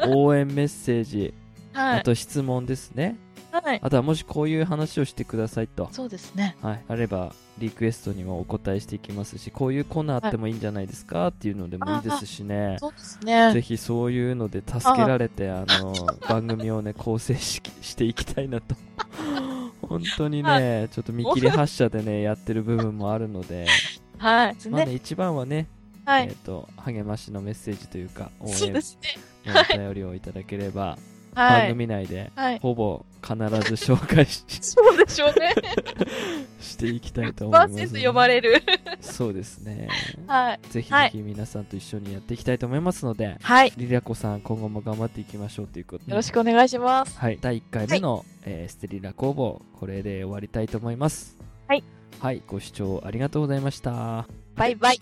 Speaker 1: 応援メッセージ、
Speaker 2: は
Speaker 1: あ
Speaker 2: い。
Speaker 1: と質問ですね。
Speaker 2: はい。
Speaker 1: あとはもしこういう話をしてくださいと。
Speaker 2: そうですね。
Speaker 1: はい、あればリクエストにもお答えしていきますしこういうコーナーあってもいいんじゃないですかっていうのでもいいですしね
Speaker 2: そうですね。
Speaker 1: ぜひそういうので助けられてあの番組をね構成ししていきたいな と本当にねちょっと見切り発車でねやってる部分もあるので、
Speaker 2: はい。
Speaker 1: まあ
Speaker 2: ね。
Speaker 1: ね、一番はね、
Speaker 2: は
Speaker 1: えー
Speaker 2: い。
Speaker 1: と励ましのメッセージというか応
Speaker 2: そう
Speaker 1: 援の
Speaker 2: ですね。
Speaker 1: お便りをいただければ、
Speaker 2: は
Speaker 1: 番
Speaker 2: い。
Speaker 1: 組内で
Speaker 2: はい。
Speaker 1: ほぼ必ず紹介 し
Speaker 2: そうで しょうね。
Speaker 1: していきたいと思い
Speaker 2: バ
Speaker 1: ます
Speaker 2: ー
Speaker 1: ので、
Speaker 2: セス呼ばれる。
Speaker 1: そうですね
Speaker 2: はい。
Speaker 1: ぜひ
Speaker 2: は
Speaker 1: ぜひ
Speaker 2: い
Speaker 1: 皆さんと一緒にやっていきたいと思いますので、
Speaker 2: はい。
Speaker 1: リラコさん今後も頑張っていきましょうということで
Speaker 2: よろしくお願いします。
Speaker 1: はい、第1回目の、えーステリラ工房これで終わりたいと思います
Speaker 2: はい、
Speaker 1: はい、ご視聴ありがとうございました
Speaker 2: バイバイ。